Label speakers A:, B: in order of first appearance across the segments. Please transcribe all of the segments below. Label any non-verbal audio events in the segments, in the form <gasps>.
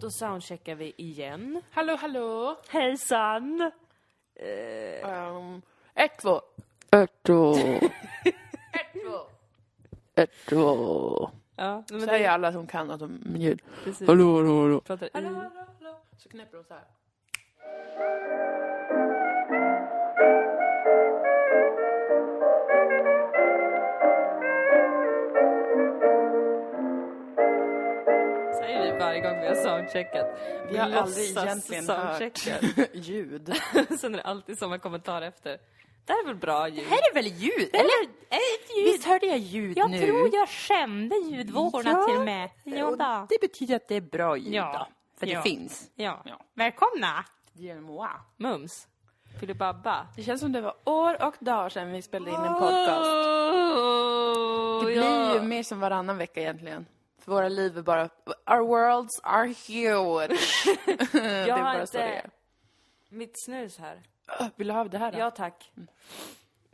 A: Då soundcheckar vi igen.
B: Hallå, hallå!
A: Hejsan!
B: Um, ett, två.
C: Ett, två, <laughs>
B: Ett, två.
C: ett, två.
A: Ja, men det
B: Säger alla som kan att de ljud.
A: precis.
C: Hallå, hallå, hallå.
A: Pratar Mm. i.
B: Hallå, hallå, hallå. Så knäpper de så här.
A: säger vi varje gång vi har soundcheckat.
B: Vi har aldrig egentligen
A: soundcheckat.
B: hört <laughs> ljud.
A: <laughs> Sen är det alltid samma kommentar efter. Det här är väl bra ljud?
C: Här är väl ljud? Eller? Visst hörde jag ljud
D: Jag
C: nu?
D: tror jag skände ljudvågorna
C: Ja.
D: till mig. Jo då.
C: Det betyder att det är bra ljud
D: Ja.
C: då. För
D: Ja.
C: det finns.
D: Ja.
B: Ja.
D: Välkomna!
B: Genemoa.
A: Mums. Filibabba.
B: Det känns som det var år och dagar sedan vi spelade in en podcast.
A: Oh,
B: Det blir ju mer som varannan vecka egentligen. För våra liv är bara... Our worlds are huge. <laughs> det
A: Jag
B: är
A: har
B: bara så
A: inte-
B: det är.
A: Mitt snus här.
B: Öh, Vill du ha av det här då?
A: Ja, tack. Mm.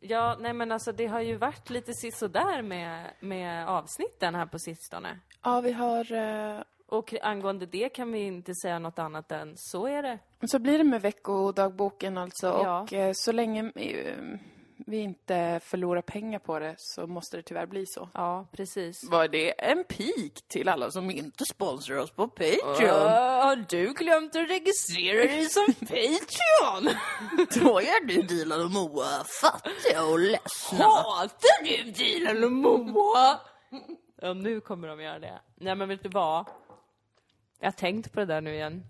A: Ja, nej men alltså det har ju varit lite sisådär med, med avsnitten här på sistone.
B: Ja, vi har... eh,
A: Och angående det kan vi inte säga något annat än så är det.
B: Så blir det med veckodagboken alltså.
A: Ja.
B: Och eh, så länge eh, vi inte förlorar pengar på det så måste det tyvärr bli så.
A: Ja, precis.
C: Var det en pik till alla som inte sponsrar oss på Patreon?
A: Har du glömt att registrera dig
C: <laughs>
A: som Patreon?
C: Då är du Dilan och Moa fattiga och ledsna.
A: Hatar du Dilan och Moa? Ja, nu kommer de göra det. Nej, men vet du vad? Jag har tänkt på det där nu igen.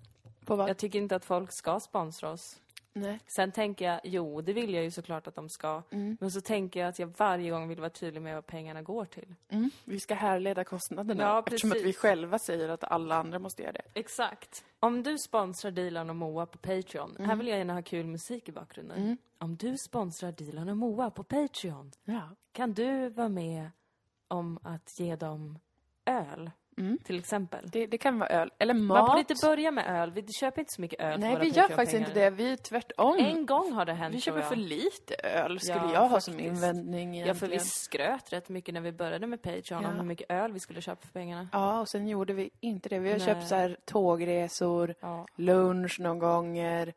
B: På vad?
A: Jag tycker inte att folk ska sponsra oss.
B: Nej.
A: Sen tänker jag, jo, det vill jag ju såklart att de ska.
B: Mm.
A: Men så tänker jag att jag varje gång vill vara tydlig med vad pengarna går till.
B: Vi ska härleda kostnaderna
A: Ja,
B: eftersom att vi
A: precis.
B: själva säger att alla andra måste göra det.
A: Exakt. Om du sponsrar Dilan och Moa på Patreon,
B: Mm.
A: här vill jag gärna ha kul musik i bakgrunden. Om du sponsrar Dilan och Moa på Patreon,
B: Ja.
A: kan du vara med om att ge dem öl,
B: Mm.
A: till exempel?
B: Det, det kan vara öl eller
A: Man
B: mat.
A: får inte börja med öl, vi köper inte så mycket öl
B: Nej,
A: för
B: vi
A: våra
B: gör
A: Patreon-pengar.
B: faktiskt inte det. Vi är tvärtom.
A: En gång har det hänt
B: vi
A: tror
B: köper
A: jag.
B: för lite öl skulle
A: Ja,
B: jag ha som
A: faktiskt.
B: invändning
A: Ja, för
B: egentligen.
A: vi skröt rätt mycket när vi började med Patreon
B: Ja.
A: om hur mycket öl vi skulle köpa för pengarna.
B: Ja, och sen gjorde vi inte det. Vi har
A: Nej.
B: köpt så här tågresor,
A: Ja.
B: lunch någon gånger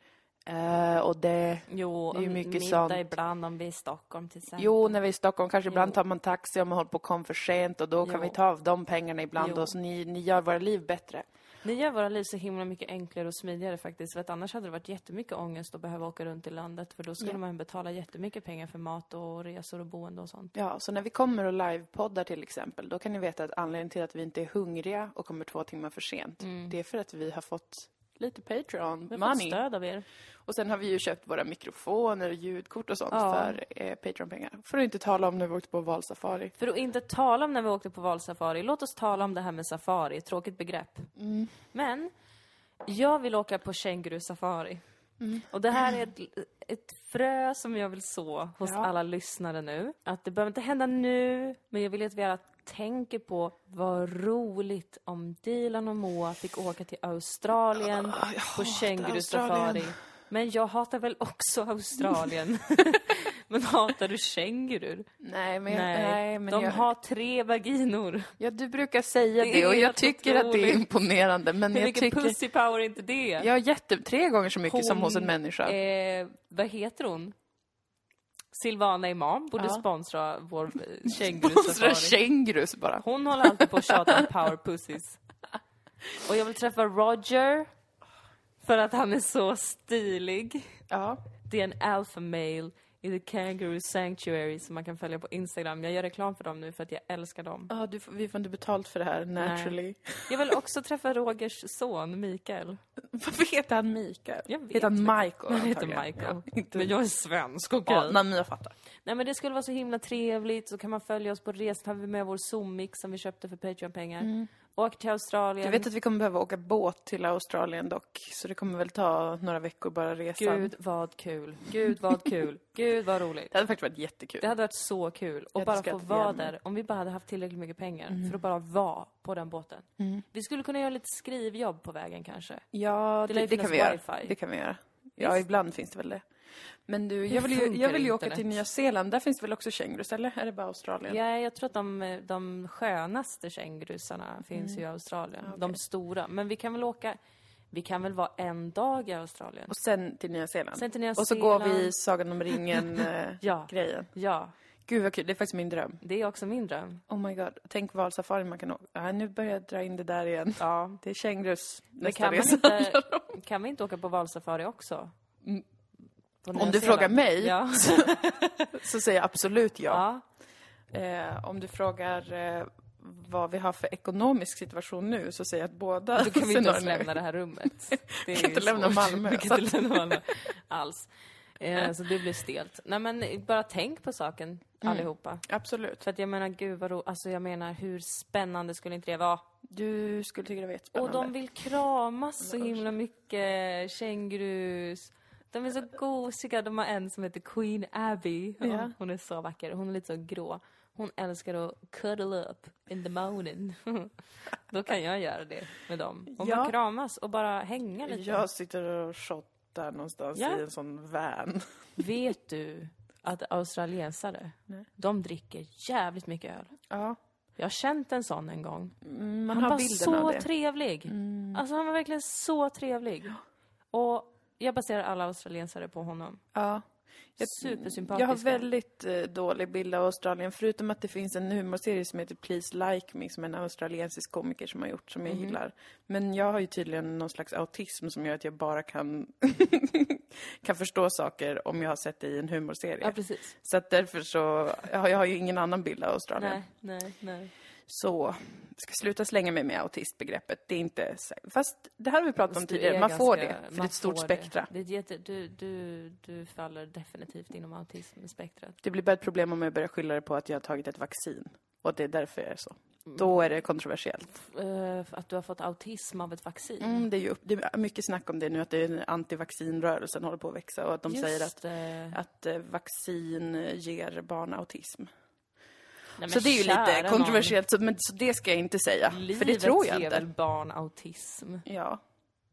B: eh, och det.
A: Jo,
B: Det är ju
A: och
B: mycket
A: middag
B: sånt.
A: ibland om vi är i Stockholm till exempel.
B: Jo, när vi är i Stockholm kanske ibland
A: Jo.
B: tar man taxi om man håller på att komma för sent och då kan
A: Jo.
B: vi ta av de pengarna ibland
A: Jo.
B: och så ni, ni gör våra liv bättre.
A: Ni gör våra liv så himla mycket enklare och smidigare faktiskt. För att annars hade det varit jättemycket ångest att behöva åka runt i landet. För då skulle
B: Ja.
A: man betala jättemycket pengar för mat och resor och boende och sånt.
B: Ja, så när vi kommer och livepoddar till exempel, då kan ni veta att anledningen till att vi inte är hungriga och kommer två timmar för sent, det är för att vi har fått lite Patreon
A: Mm. Vi har fått
B: money.
A: stöd av er.
B: Och sen har vi ju köpt våra mikrofoner och ljudkort och sånt
A: Ja.
B: för eh, Patreon-pengar. För att inte tala om när vi åkte på valsafari.
A: För att inte tala om när vi åkte på valsafari. Låt oss tala om det här med safari. Ett tråkigt begrepp.
B: Mm.
A: Men, jag vill åka på kängurusafari.
B: Mm.
A: Och det här är ett, ett frö som jag vill så hos
B: Ja.
A: alla lyssnare nu. Att det behöver inte hända nu, men jag vill att vi alla tänker på vad roligt om Dilan och Moa fick åka till Australien på kängurusafari.
B: Ah, Australien.
A: Men jag hatar väl också
B: <laughs>
A: Australien. <laughs> men hatar du kängurur?
B: Nej, men,
A: Nej,
B: Jag, nej, men
A: de
B: jag,
A: har tre vaginor.
B: ja, du brukar säga
A: Det
B: det,
A: är
B: och jag
A: helt
B: tycker att det är
A: otroligt.
B: imponerande. Men
A: Hur
B: jag
A: mycket
B: tycker...
A: pussy power är inte det?
B: Jag har jätte, tre gånger så mycket som hos en människa. <laughs>
A: Eh, vad heter hon? Silvana Imam borde
B: Ja.
A: sponsra vår
B: <laughs>
A: eh,
B: Sponsrar
A: kängurusafari.
B: kängurus bara.
A: Hon håller alltid på och tjatar om power pussies. Och jag vill träffa Roger. För att han är så stilig.
B: Ja.
A: Det är en alpha male i The Kangaroo Sanctuary som man kan följa på Instagram. Jag gör reklam för dem nu för att jag älskar dem.
B: Ja, du, får- vi får inte betalt för det här, naturally. <laughs>
A: Jag vill också träffa Rogers son Mikael.
B: Varför heter han Mikael?
A: Jag vet
B: heter han Michael?
A: Han heter
B: antagligen?
A: Michael.
B: Ja, inte...
A: Men jag är svensk, okej?
B: Typ. ja, nej, men jag fattar.
A: Nej men det skulle vara så himla trevligt, så kan man följa oss på resan, har vi med vår Zoom-mix som vi köpte för Patreon-pengar. Åk till Australien.
B: Jag Mm. vet att vi kommer behöva åka båt till Australien dock, så det kommer väl ta några veckor bara resan.
A: Gud vad kul, gud vad
B: <laughs>
A: kul, gud vad roligt.
B: Det hade faktiskt varit jättekul.
A: Det hade varit så kul att
B: hade
A: bara få
B: skrattat Mm.
A: vara
B: igen.
A: där, om vi bara hade haft tillräckligt mycket pengar för att bara vara på den båten.
B: Mm.
A: Vi skulle kunna göra lite skrivjobb på vägen kanske.
B: Ja,
A: Det
B: det,
A: lär ju
B: det, kan
A: finnas
B: vi göra.
A: wifi.
B: Det kan vi göra. Ja, ibland finns det väl det. Men du, jag vill ju, jag
A: funkar
B: vill ju åka
A: internet?
B: till Nya Zeeland. Där finns det väl också kängurus, eller? Är det bara Australien?
A: Ja, jag tror att de, de skönaste
B: Mm.
A: kängurusarna finns ju i Australien. De stora. Men vi kan väl åka... Vi kan väl vara en dag i Australien?
B: Och sen till Nya Zeeland.
A: Sen till Nya
B: och så går vi
A: Zeeland.
B: Sagan om
A: <laughs>
B: ringen-grejen.
A: Ja. Ja,
B: Gud vad kul, det är faktiskt min dröm.
A: det är också min dröm.
B: Oh my god, tänk valsafari man kan åka. Ah, nu börjar jag dra in det där igen.
A: Ja.
B: Det är kängurus
A: Men
B: nästa
A: kan, man
B: resa.
A: inte, kan vi inte åka på valsafari också? På Nya
B: Mm. Om du
A: Zeeland?
B: frågar mig
A: Ja.
B: så säger jag absolut <laughs> ja.
A: ja.
B: Eh, om du frågar eh, vad vi har för ekonomisk situation nu så säger jag att båda
A: Då kan vi inte ens
B: scenarierna är-
A: lämna det här
B: <laughs>
A: rummet. Det
B: kan inte lämna Malmö,
A: <laughs> Vi kan inte lämna Malmö alls. Eh, Så det blir stelt. Nej men bara tänk på saken
B: Mm.
A: allihopa.
B: Absolut.
A: För att jag menar gud vad ro... alltså jag menar hur spännande skulle inte det vara?
B: Du skulle tycka det
A: Och
B: var jättespännande.
A: de vill kramas så himla mycket, kängurus. De är så gosiga, de har en som heter Queen Abby.
B: Ja.
A: Hon är så vacker, hon är lite så grå. Hon älskar att cuddle up in the morning. <laughs> Då kan jag göra det med dem. Och
B: Ja.
A: bara kramas och bara hänga lite.
B: Jag sitter och shottar någonstans
A: Ja.
B: i en sån van.
A: Vet du att australiensare, de dricker jävligt mycket öl.
B: Ja,
A: Jag har känt en sån en gång.
B: man
A: Han
B: har
A: var
B: bilden
A: så
B: av det. Mm.
A: trevlig. Alltså han var verkligen så trevlig. Och jag baserar alla australiensare på honom.
B: Ja.
A: Supersympatisk.
B: Jag har väldigt eh, dålig bild av Australien, förutom att det finns en humorserie som heter Please Like Me, som en australiensisk komiker som har gjort, som
A: Mhm.
B: jag gillar. Men jag har ju tydligen någon slags autism som gör att jag bara kan, <laughs> kan förstå saker om jag har sett det i en humorserie.
A: Ja, precis.
B: Så att därför så, jag har, jag har ju ingen annan bild av Australien.
A: Nej, nej, nej.
B: Så, jag ska sluta slänga mig med autistbegreppet, det är inte... sä- Fast det här har vi pratat om
A: Du
B: tidigare,
A: är
B: man får
A: ganska-
B: det, för det
A: man
B: är ett stort
A: får
B: spektra.
A: Det. Det är ett jätte, du, du, du faller definitivt inom autismspektrat.
B: Det blir bara ett problem om jag börjar skylla det på att jag har tagit ett vaccin. Och att det är därför jag är så.
A: Mm.
B: Då är det kontroversiellt.
A: Eh, att du har fått autism av ett vaccin.
B: Mm, det, är ju upp, det är mycket snack om det nu, att det är en antivaccinrörelsen håller på att växa och att de
A: Just
B: säger att,
A: det. Nej,
B: att eh, vaccin ger barn autism.
A: men
B: så det är ju
A: kära
B: lite
A: nån.
B: kontroversiellt, så, men, så det ska jag inte säga. för det
A: Livet
B: tror jag
A: ger
B: inte.
A: väl barn autism?
B: Ja,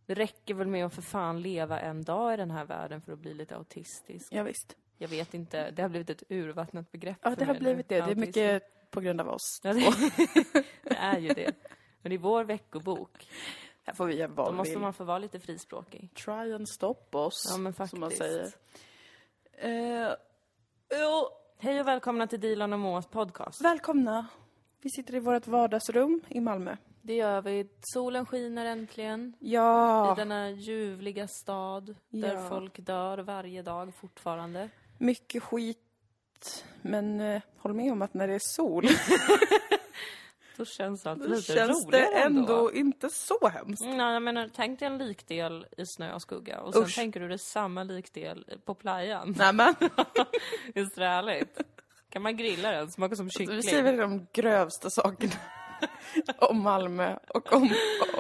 A: Det räcker väl med att för fan leva en dag i den här världen för att bli lite autistisk.
B: ja visst.
A: Jag vet inte, det har blivit ett urvattnat begrepp
B: Ja,
A: för
B: det har
A: mig nu.
B: blivit det. Det är
A: Autism.
B: mycket på grund av oss.
A: Ja, det, det <laughs> är ju det. Men i vår veckobok,
B: Här får vi göra
A: då
B: vad vi
A: måste
B: vill.
A: man få vara lite frispråkig.
B: Try and stop oss,
A: Ja, men faktiskt.
B: som man säger. Eh, ja.
A: Hej och välkomna till Dilan och Moas podcast.
B: Välkomna! Vi sitter i vårt vardagsrum i Malmö.
A: Det gör vi. Solen skiner äntligen i
B: Ja,
A: denna ljuvliga stad där
B: Ja.
A: folk dör varje dag fortfarande.
B: mycket skit. Men eh, håll med om att när det är sol
A: Då känns allt
B: då
A: lite
B: känns det
A: roligare
B: ändå inte så hemskt.
A: Nej, jag menar, tänk dig en likdel i snö och skugga och sen
B: Usch.
A: tänker du det samma likdel på playan.
B: Nämen,
A: Visst är det härligt? Kan man grilla den? Smakar som kyckling.
B: Alltså, vi säger väl de grövsta sakerna <laughs> om Malmö och om...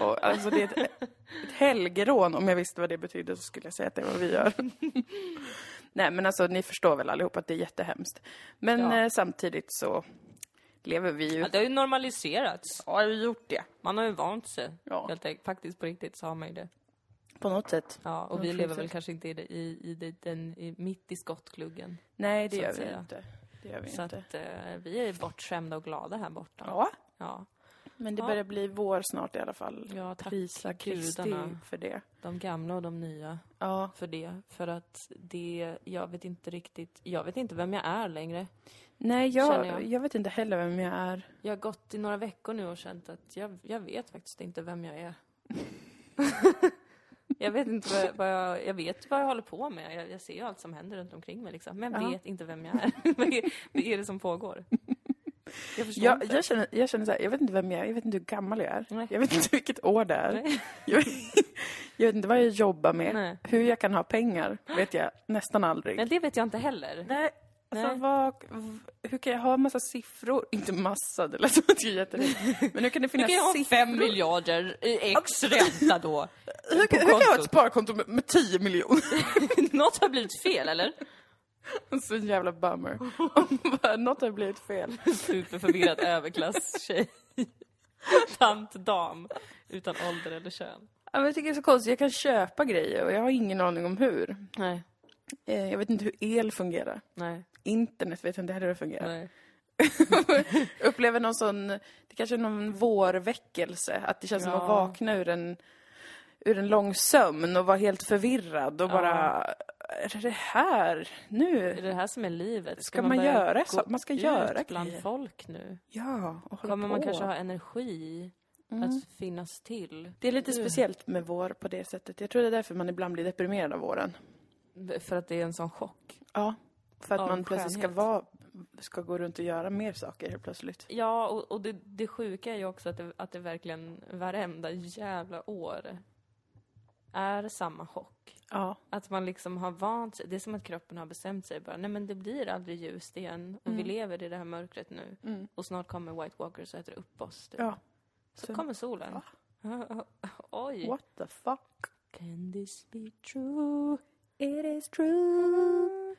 B: Och, alltså det är ett, ett helgerån. Om jag visste vad det betydde så skulle jag säga att det är vad vi gör. <laughs> Nej men alltså ni förstår väl allihopa att det är jättehemskt. Men
A: Ja.
B: eh, samtidigt så lever vi ju...
A: Ja, det har ju normaliserats.
B: Ja, har vi gjort det.
A: Man har ju vant sig.
B: Ja.
A: Helt enkelt. Faktiskt på riktigt så har man ju det.
B: På något sätt.
A: Ja, och vi
B: precis.
A: lever väl kanske inte i, det, i, i det, den, i, mitt i skottgluggen.
B: Nej, det
A: så
B: gör
A: att
B: vi
A: säga.
B: inte. Det gör vi
A: Så
B: inte.
A: att eh, vi är bortskämda och glada här borta.
B: Ja,
A: ja.
B: men det
A: Ja.
B: börjar bli vår snart i alla fall.
A: Ja, tack
B: Prisa Kristi
A: gudarna.
B: för det.
A: De gamla och de nya
B: Ja,
A: för det. För att det, jag vet inte riktigt, jag vet inte vem jag är längre.
B: nej
A: Känner
B: jag, jag.
A: jag.
B: vet inte heller vem jag är.
A: Jag har gått i några veckor nu och känt att jag, jag vet faktiskt inte vem jag är. <laughs> jag vet inte vad, jag- vad jag, jag vet vad jag håller på med. Jag, jag ser ju allt som händer runt omkring mig liksom. Men jag
B: Ja.
A: vet inte vem jag är. <laughs> vad, är vad är det som pågår? Jag förstår
B: Jag,
A: inte.
B: jag känner, jag känner så här, jag vet inte vem jag är, jag vet inte hur gammal jag är.
A: Nej.
B: Jag vet inte <laughs> vilket år det är.
A: Nej.
B: Jag, <laughs> jag vet inte vad jag jobbar med.
A: Nej.
B: Hur jag kan ha pengar vet jag nästan aldrig.
A: Men det vet jag inte heller.
B: Nej. Alltså,
A: Nej.
B: vad, v- hur kan jag ha en massa siffror? <laughs> Inte massa, det lät som att jag är jätterik. Men hur kan
A: Du
B: det finnas
A: kan ju ha
B: siffror?
A: fem miljarder i ex ränta <laughs> då.
B: Hur,
A: på
B: kan- hur kan jag ha ett
A: kontot.
B: sparkonto med, med 10 miljoner? <laughs>
A: Något har blivit fel eller?
B: Så
A: <laughs>
B: jävla bummer. Bara, Något har blivit fel.
A: Superförvirrad överklasstjej. <laughs> Tant dam. Utan ålder eller kön.
B: Ja, men jag tycker det är så konstigt, jag kan köpa grejer och jag har ingen aning om hur.
A: Nej.
B: Eh, jag vet inte hur el fungerar.
A: Nej.
B: Internet vet jag inte heller hur det fungerar.
A: nej.
B: upplever någon sån, det kanske är någon vårväckelse, att det känns som
A: Ja.
B: att vakna ur en, ur en lång sömn och vara helt förvirrad och bara, är det här nu?
A: Är det det här som är livet?
B: Ska man
A: börja
B: göra
A: gå
B: så- man ska
A: ut
B: göra
A: bland
B: grejer?
A: folk nu?
B: Ja, och hålla
A: Kommer
B: på. Mm.
A: man kanske ha energi att finnas till?
B: Det är lite
A: Mm.
B: speciellt med vår på det sättet. Jag tror det är därför man ibland blir deprimerad av våren.
A: För att det är en sån chock.
B: Ja, för att
A: Av
B: man plötsligt ska
A: skönhet.
B: vara, ska gå runt och göra mer saker helt plötsligt.
A: Ja, och, och det, det sjuka är ju också att det, att det verkligen varenda jävla år är samma chock.
B: Ja.
A: Att man liksom har vant sig. Det är som att kroppen har bestämt sig bara, nej men det blir aldrig ljust igen och vi lever i det här mörkret nu.
B: Mm.
A: Och snart kommer White Walkers och äter upp oss. Typ.
B: Ja.
A: Så
B: sen-
A: kommer solen. <laughs> Oj.
B: What the fuck?
A: Can this be true?
B: It is true.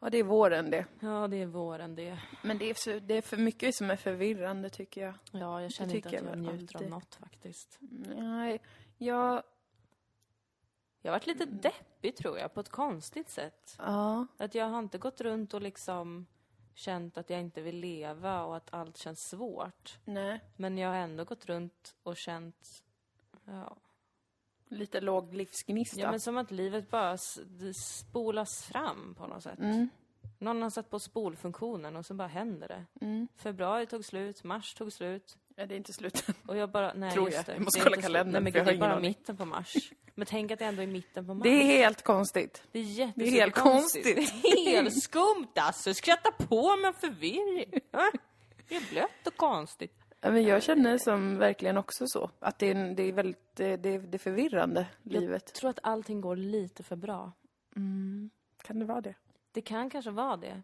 B: Ja, det är våren det.
A: Ja, det är våren det.
B: Men det är, för, det är för mycket som är förvirrande tycker jag.
A: Ja, jag känner inte
B: tycker
A: att jag njuter
B: jag
A: av
B: alltid. Mm.
A: något faktiskt.
B: Nej, jag...
A: Jag har varit lite
B: Mm.
A: deppig tror jag, på ett konstigt sätt.
B: Ja.
A: Att jag har inte gått runt och liksom känt att jag inte vill leva och att allt känns svårt.
B: Nej.
A: Men jag har ändå gått runt och känt, ja,
B: Lite låg livsgnista.
A: ja men som att livet bara s- det spolas fram på något sätt.
B: Mm.
A: Någon har satt på spolfunktionen och så bara händer det.
B: Mm.
A: Februari tog slut, mars tog slut,
B: Ja, det är inte slut än.
A: Och jag bara, nej
B: Tror
A: just
B: jag.
A: det.
B: Jag måste
A: det är
B: kolla
A: inte slut.
B: kalendern,
A: Nej men
B: för jag
A: gud, det
B: har
A: är bara
B: ingen aning.
A: mitten på mars. Men tänk att det ändå är mitten på mars.
B: <laughs> Det är helt konstigt.
A: det är
B: Det är
A: <laughs>
B: helt
A: Det
B: konstigt. <laughs>
A: är helt skumt alltså, skratta på med förvirring. Va? Det är blött och konstigt.
B: Ja, men jag känner som verkligen också så. Att det är, en- det är väldigt det, det, det är förvirrande,
A: Jag
B: livet.
A: tror att allting går lite för bra.
B: Kan det vara det?
A: Det kan kanske vara det.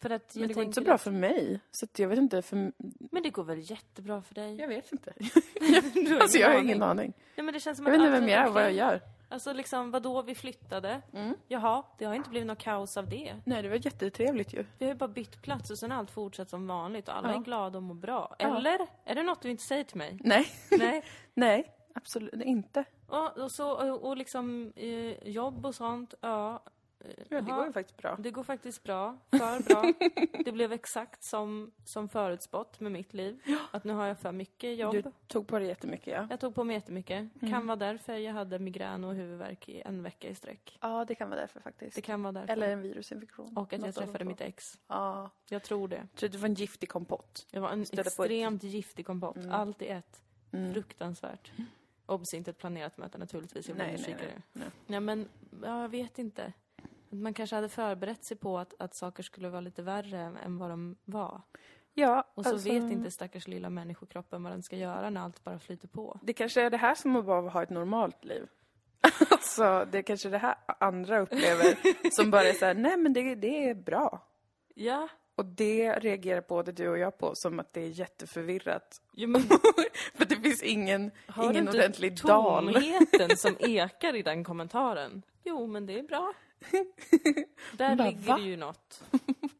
A: För att jag
B: Mm. Men det går inte så
A: tänker
B: bra för mig. Så att jag vet inte. För...
A: att- Men det går väl jättebra för dig?
B: Jag vet inte. <laughs>
A: Du har
B: Alltså, jag har ingen aning.
A: Nej, men det känns som
B: Jag
A: att
B: vet inte
A: allt
B: vem
A: är
B: jag är och
A: okej.
B: vad jag gör. Mm.
A: Alltså liksom, vadå, vi flyttade? Jaha, det har inte blivit något kaos av det.
B: Nej, det var jättetrevligt ju.
A: Vi har ju bara bytt plats och sen har allt fortsatt som vanligt och alla
B: Ja.
A: är glada och mår bra. Eller? Är det något du inte säger till
B: <laughs>
A: mig?
B: Nej.
A: Nej.
B: Nej, absolut inte.
A: Och, och, så, och, och liksom eh, jobb och sånt, ja. eh,
B: Ja, det
A: ja,
B: går ju faktiskt bra.
A: det går faktiskt bra. För
B: <laughs>
A: bra. det blev exakt som, som förutspått med mitt liv. Att nu har jag för mycket jobb.
B: Du Mm. tog på dig jättemycket, ja.
A: Jag tog på mig jättemycket. Kan vara därför jag hade migrän och huvudvärk i en vecka i sträck.
B: Ja, det kan vara därför faktiskt.
A: Det kan vara därför.
B: Eller en virusinfektion.
A: och att jag
B: Något av de
A: träffade
B: två.
A: mitt ex.
B: Ja.
A: Jag tror det.
B: Jag tror det var en giftig kompott.
A: Det var en
B: Stöta på ett- Mm.
A: extremt giftig kompott. Allt i ett. Fruktansvärt. Obs, inte ett planerat möte naturligtvis. Jag
B: Nej,
A: nej,
B: nej,
A: nej,
B: nej, nej.
A: Ja, men ja, jag vet inte. Man kanske hade förberett sig på att, att saker skulle vara lite värre än, än vad de var.
B: Ja, alltså,
A: Och så vet inte stackars lilla människokroppen vad den ska göra när allt bara flyter på.
B: Det kanske är det här som att bara ha ett
A: <laughs>
B: normalt liv. alltså, det är kanske det här andra upplever som bara är så här, nej men det, det är bra.
A: Ja,
B: Och det reagerar både du och jag på som att det är jätteförvirrat. <laughs>
A: jo, men
B: För det finns ingen,
A: hör du
B: ingen
A: inte
B: ordentlig dal.
A: tomheten
B: <laughs>
A: som ekar i den kommentaren? Jo, men det är bra. Där
B: Bara,
A: ligger
B: va?
A: det ju något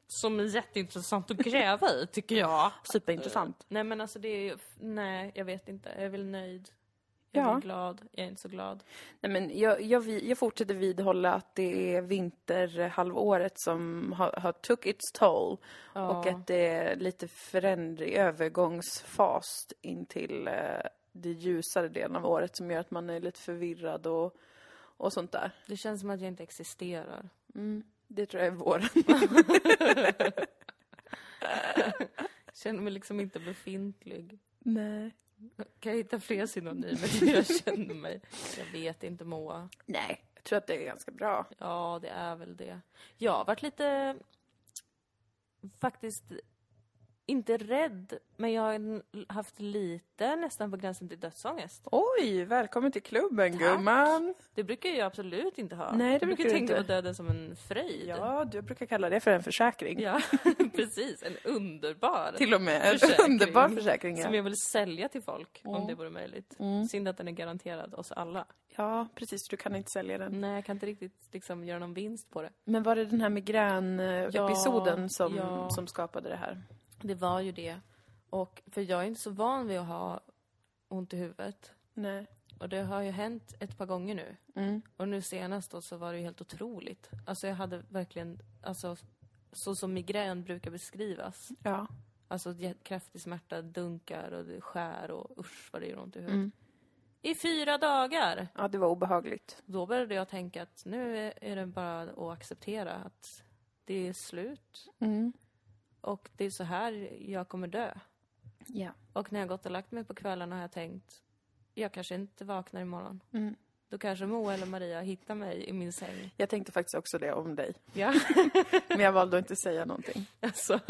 A: som är jätteintressant att gräva i, tycker jag.
B: Superintressant.
A: Nej men alltså det är ju, nej jag vet inte, jag är väl nöjd. Jag är
B: Ja.
A: väl glad, jag är inte så glad.
B: Nej, men jag, jag, vi- jag fortsätter vidhålla att det är vinterhalvåret som har, har took its toll. Och att det är lite förändring, övergångsfas in till eh, det ljusare delen av året som gör att man är lite förvirrad och, och sånt där.
A: Det känns som att jag inte existerar.
B: Det tror jag är våren. <laughs>
A: Jag känner mig liksom inte befintlig.
B: Nej.
A: Kan jag hitta fler synonymer <laughs> till hur jag känner mig? Jag vet inte Moa.
B: Nej, jag tror att det är ganska bra.
A: Ja, det är väl det. Jag har varit lite, faktiskt, inte rädd, men jag har haft lite, nästan på gränsen till dödsångest.
B: Oj, välkommen till klubben gumman!
A: Det brukar jag absolut inte ha.
B: Nej, det
A: jag brukar
B: brukar du
A: tänka
B: inte.
A: på döden som en fröjd.
B: Ja, du brukar kalla det för en försäkring.
A: Ja, <laughs> precis. En underbar.
B: Till och med. <laughs>
A: Försäkring.
B: Underbar försäkring.
A: Som
B: Ja.
A: jag vill sälja till folk om det vore möjligt.
B: Mm.
A: Synd att den är garanterad oss alla.
B: ja, precis. Du kan inte sälja den.
A: Nej, jag kan inte riktigt liksom, göra någon vinst på det.
B: Men var det den här migränepisoden
A: Ja,
B: som,
A: ja.
B: som skapade det här?
A: Det var ju det. Och, för jag är inte så van vid att ha ont i huvudet.
B: Nej.
A: Och det har ju hänt ett par gånger nu.
B: Mm.
A: Och nu senast då så var det ju helt otroligt. Alltså jag hade verkligen, alltså så som migrän brukar beskrivas.
B: Ja.
A: Alltså jä- kraftig smärta, dunkar och det skär och usch vad det gör ont i huvudet.
B: Mm.
A: I fyra dagar!
B: ja, det var obehagligt.
A: Då började jag tänka att nu är- är det bara att acceptera att det är slut.
B: Mm.
A: Och det är så här jag kommer dö.
B: Ja.
A: Och när jag gått och lagt mig på kvällen har jag tänkt, jag kanske inte vaknar imorgon.
B: Mm.
A: Då kanske Moa eller Maria hittar mig i min säng.
B: Jag tänkte faktiskt också det om dig.
A: Ja.
B: Men jag valde att inte säga <laughs> någonting.
A: <laughs> Alltså,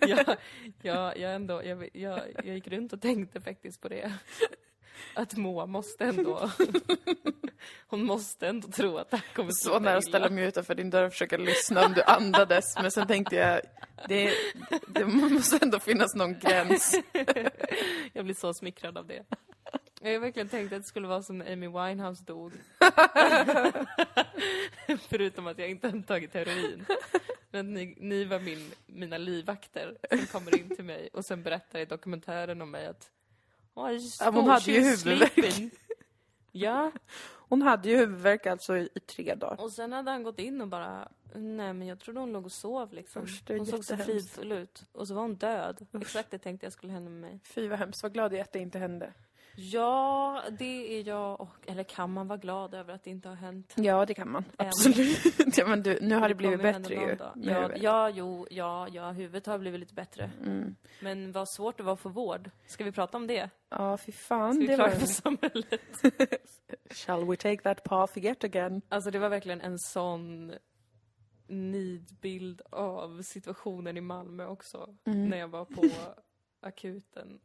A: jag, jag, jag, ändå, jag, jag, jag gick runt och tänkte faktiskt på det. Att Moa måste ändå... <laughs> Hon måste ändå tro att det här kommer
B: Så nära att ställa mig utanför din dörr och försöka lyssna om du andades. Men sen tänkte jag, det, det måste ändå finnas någon gräns.
A: Jag blir så smickrad av det. Jag har verkligen tänkt att det skulle vara som när Amy Winehouse dog. <laughs> Förutom att jag inte hade tagit heroin. Men att ni, ni var min, mina livvakter som kommer in till mig och sen berättar i dokumentären om mig att "Oh, she's-
B: Ja, hon hade ju
A: she's
B: huvudvärk."
A: sleeping." Ja,
B: <laughs> Hon hade ju huvudvärk alltså i, i tre dagar.
A: och sen hade han gått in och bara Nej men jag trodde hon låg och sov liksom.
B: Usch, det är
A: hon såg så
B: jättehemskt.
A: fridfull ut. Och så var hon död. Exakt det tänkte jag skulle hända med mig.
B: Fy vad hemskt, vad glad jag är att det inte hände.
A: Ja, det är jag och, eller kan man vara glad över att det inte har hänt?
B: Ja, det kan man.
A: Än.
B: <laughs> Absolut. Ja, men du, nu har det blivit
A: kommer hända
B: bättre
A: någon
B: ju.
A: dag.
B: Nu är
A: Ja,
B: det bättre.
A: ja, jo, ja, ja, huvudet har blivit lite bättre.
B: Mm.
A: Men vad svårt det var för vård. Ska vi prata om det?
B: Ja, fy
A: Ska
B: fan.
A: vi
B: Det var
A: klaga på
B: en...
A: samhället?
B: Shall we take that path yet again?
A: Alltså det var verkligen en sån nidbild av situationen i Malmö också.
B: Mm.
A: När jag var
B: <laughs>
A: på akuten.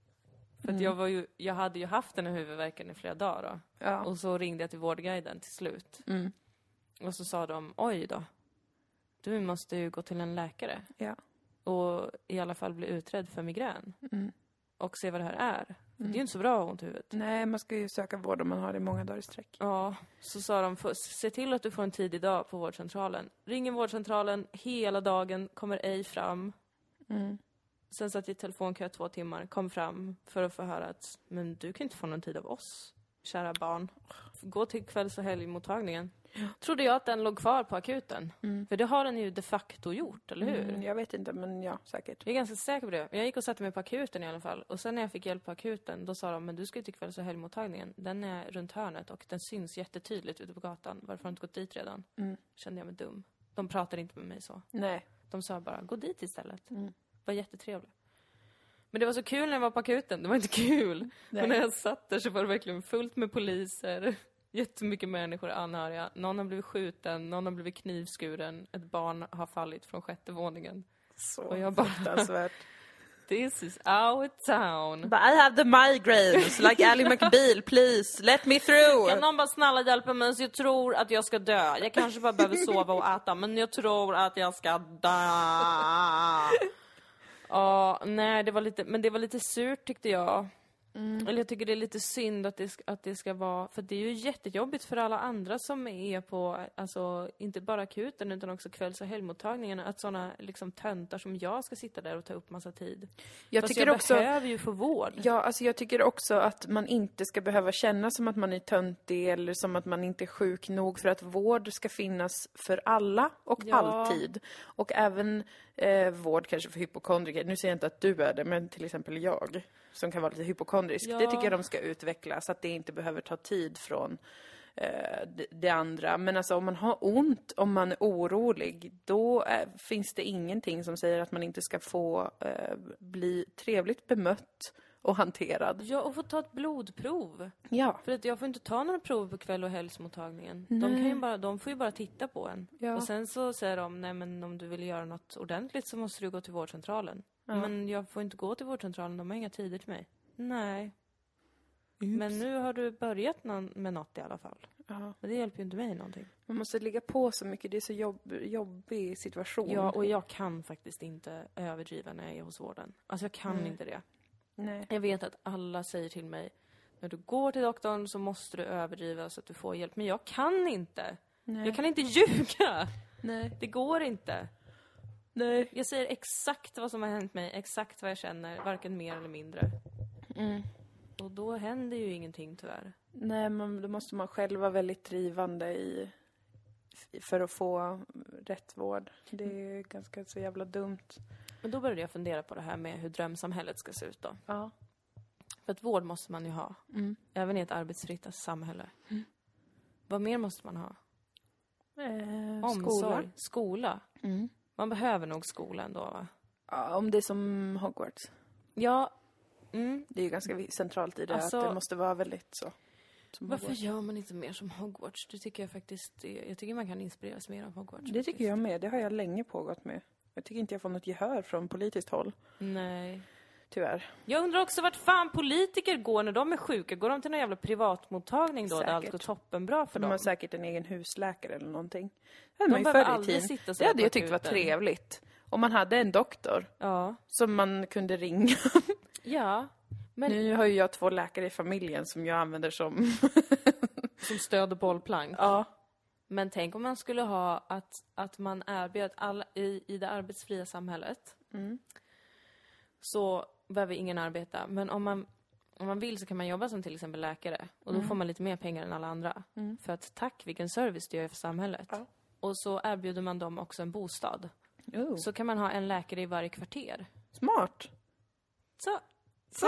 A: För att jag, var ju, jag hade ju haft den här huvudvärken i flera dagar då.
B: Ja.
A: Och så ringde jag till Vårdguiden till slut.
B: Mm.
A: Och så sa de, oj då. Du måste ju gå till en läkare.
B: Ja.
A: Och i alla fall bli utredd för migrän.
B: Mm.
A: Och se vad det här är. För Det är ju inte så bra att ha ont i huvudet.
B: Nej, man ska ju söka vård om man har det många dagar i sträck.
A: Ja, så sa de, "Få- se till att du får en tidig dag på vårdcentralen. Ringer vårdcentralen hela dagen, kommer ej fram.
B: Mm.
A: Sen satt jag i telefonkö två timmar, kom fram för att få höra att, men du kan inte få någon tid av oss, kära barn. Gå till kvälls och helgmottagningen. Trodde jag att den låg kvar på akuten. För det har den ju de facto gjort, eller hur?
B: Mm, jag vet inte, men ja, säkert.
A: Jag är ganska säker på det. Men Jag gick och satte mig på akuten i alla fall. Och sen när jag fick hjälp på akuten, då sa de men du ska ju till kvälls och helgmottagningen. Den är runt hörnet och den syns jättetydligt ute på gatan. Varför har du inte gått dit redan?
B: Mm.
A: Kände jag mig dum. De pratade inte med mig så.
B: Nej.
A: De sa bara, gå dit istället.
B: Mm.
A: Var jättetrevlig. Men det var så kul när jag var på akuten. Det var inte kul. Men när jag satt där så var det verkligen fullt med poliser. Jättemycket människor, anhöriga. Någon har blivit skjuten, någon har blivit knivskuren. Ett barn har fallit från sjätte våningen.
B: Så
A: Och jag bara-
B: fruktansvärt.
A: This is our town.
B: But I have the migraines, like Ally McBeal, please, let me through!
A: Kan någon bara snälla hjälpa mig? Så jag tror att jag ska dö. Jag kanske bara behöver sova och äta, men jag tror att jag ska dö. Ja, nej, det var lite, men det var lite surt tyckte jag. Eller jag tycker det är lite synd att det, ska- att det ska vara, för det är ju jättejobbigt för alla andra som är på, alltså inte bara akuten utan också kvälls och helgmottagningarna, att sådana liksom töntar som jag ska sitta där och ta upp massa tid.
B: <laughs> Jag
A: Fast
B: tycker
A: jag
B: också...
A: behöver ju få vård.
B: Ja, alltså jag tycker också att man inte ska behöva känna som att man är töntig eller som att man inte är sjuk nog för att vård ska finnas för alla och
A: Ja.
B: alltid. Och även eh, vård kanske för hypokondriker. Nu säger jag inte att du är det, men till exempel jag som kan vara lite hypokondrisk. Det
A: Ja.
B: tycker jag de ska utveckla så att det inte behöver ta tid från eh, det- det andra. Men alltså om man har ont, om man är orolig, då eh, finns det ingenting som säger att man inte ska få eh, bli trevligt bemött och hanterad.
A: Ja, och få ta ett blodprov.
B: Ja.
A: För att jag får inte ta några prover på kväll och helgmottagningen. De, kan ju bara, de får ju bara titta på en.
B: Ja.
A: Och sen så säger de, nej men om du vill göra något ordentligt så måste du gå till vårdcentralen. Men jag får inte gå till vårdcentralen, de har inga tider till mig. Nej. Men nu har du börjat nå- med något i alla fall.
B: ja.
A: Men det hjälper ju inte mig någonting.
B: Man måste ligga på så mycket, det är så jobb, jobbig situation.
A: Ja, och jag kan faktiskt inte överdriva när jag är hos vården. Alltså jag kan inte det.
B: Nej.
A: Jag vet att alla säger till mig när du går till doktorn så måste du överdriva så att du får hjälp. Men jag kan inte.
B: Nej.
A: Jag kan inte ljuga.
B: Nej.
A: Det går inte.
B: Nej.
A: Jag säger exakt vad som har hänt mig, exakt
B: Mm.
A: vad jag känner, varken mer eller mindre. Och då händer ju ingenting tyvärr.
B: Nej, men då måste man själv vara väldigt drivande i, i- för att få rätt vård. Det är ganska så jävla dumt.
A: Men då började jag fundera på det här med hur drömsamhället ska se ut då.
B: Ja.
A: För att vård måste man ju ha.
B: Mm.
A: Även i ett arbetsfritt samhälle. Vad mer måste man ha?
B: Eh,
A: Omsorg? Skola?
B: Mm.
A: Man behöver nog skola ändå va?
B: Ja, om det är som Hogwarts.
A: Ja. Mm.
B: Det är ju ganska vi- centralt i det
A: Alltså-
B: att det måste vara väldigt så. Som
A: Varför
B: Hogwarts.
A: gör man inte mer som Hogwarts? Det tycker jag faktiskt. är- Jag tycker man kan inspireras mer av Hogwarts.
B: Det tycker jag med. Det har jag länge pågått med. Jag tycker inte jag får något gehör från politiskt håll,
A: Nej.
B: tyvärr.
A: Jag undrar också vart fan politiker går när de är sjuka. Går de till någon jävla privatmottagning då där allt
B: Säkert.
A: går toppenbra för
B: De har
A: dem?
B: säkert en egen husläkare eller någonting. Det hade
A: De
B: man ju
A: behöver
B: förr i
A: aldrig
B: tiden.
A: sitta så
B: Det
A: här
B: hade
A: på
B: jag tyckt var
A: akuten.
B: trevligt. Om man hade en doktor
A: Ja.
B: som man kunde ringa. <laughs>
A: Ja. Men
B: Nu har ju jag två läkare i familjen som jag använder som...
A: som stöd och bollplank.
B: Ja.
A: Men tänk om man skulle ha att, att man erbjöd alla i, i det arbetsfria samhället så behöver ingen arbeta. Men om man, om man vill så kan man jobba som till exempel läkare och då får man lite mer pengar än alla andra. För att tack vilken service du gör för samhället.
B: Ja.
A: Och så erbjuder man dem också en bostad. Så kan man ha en läkare i varje kvarter.
B: Oh. Smart!
A: Så,
B: Så.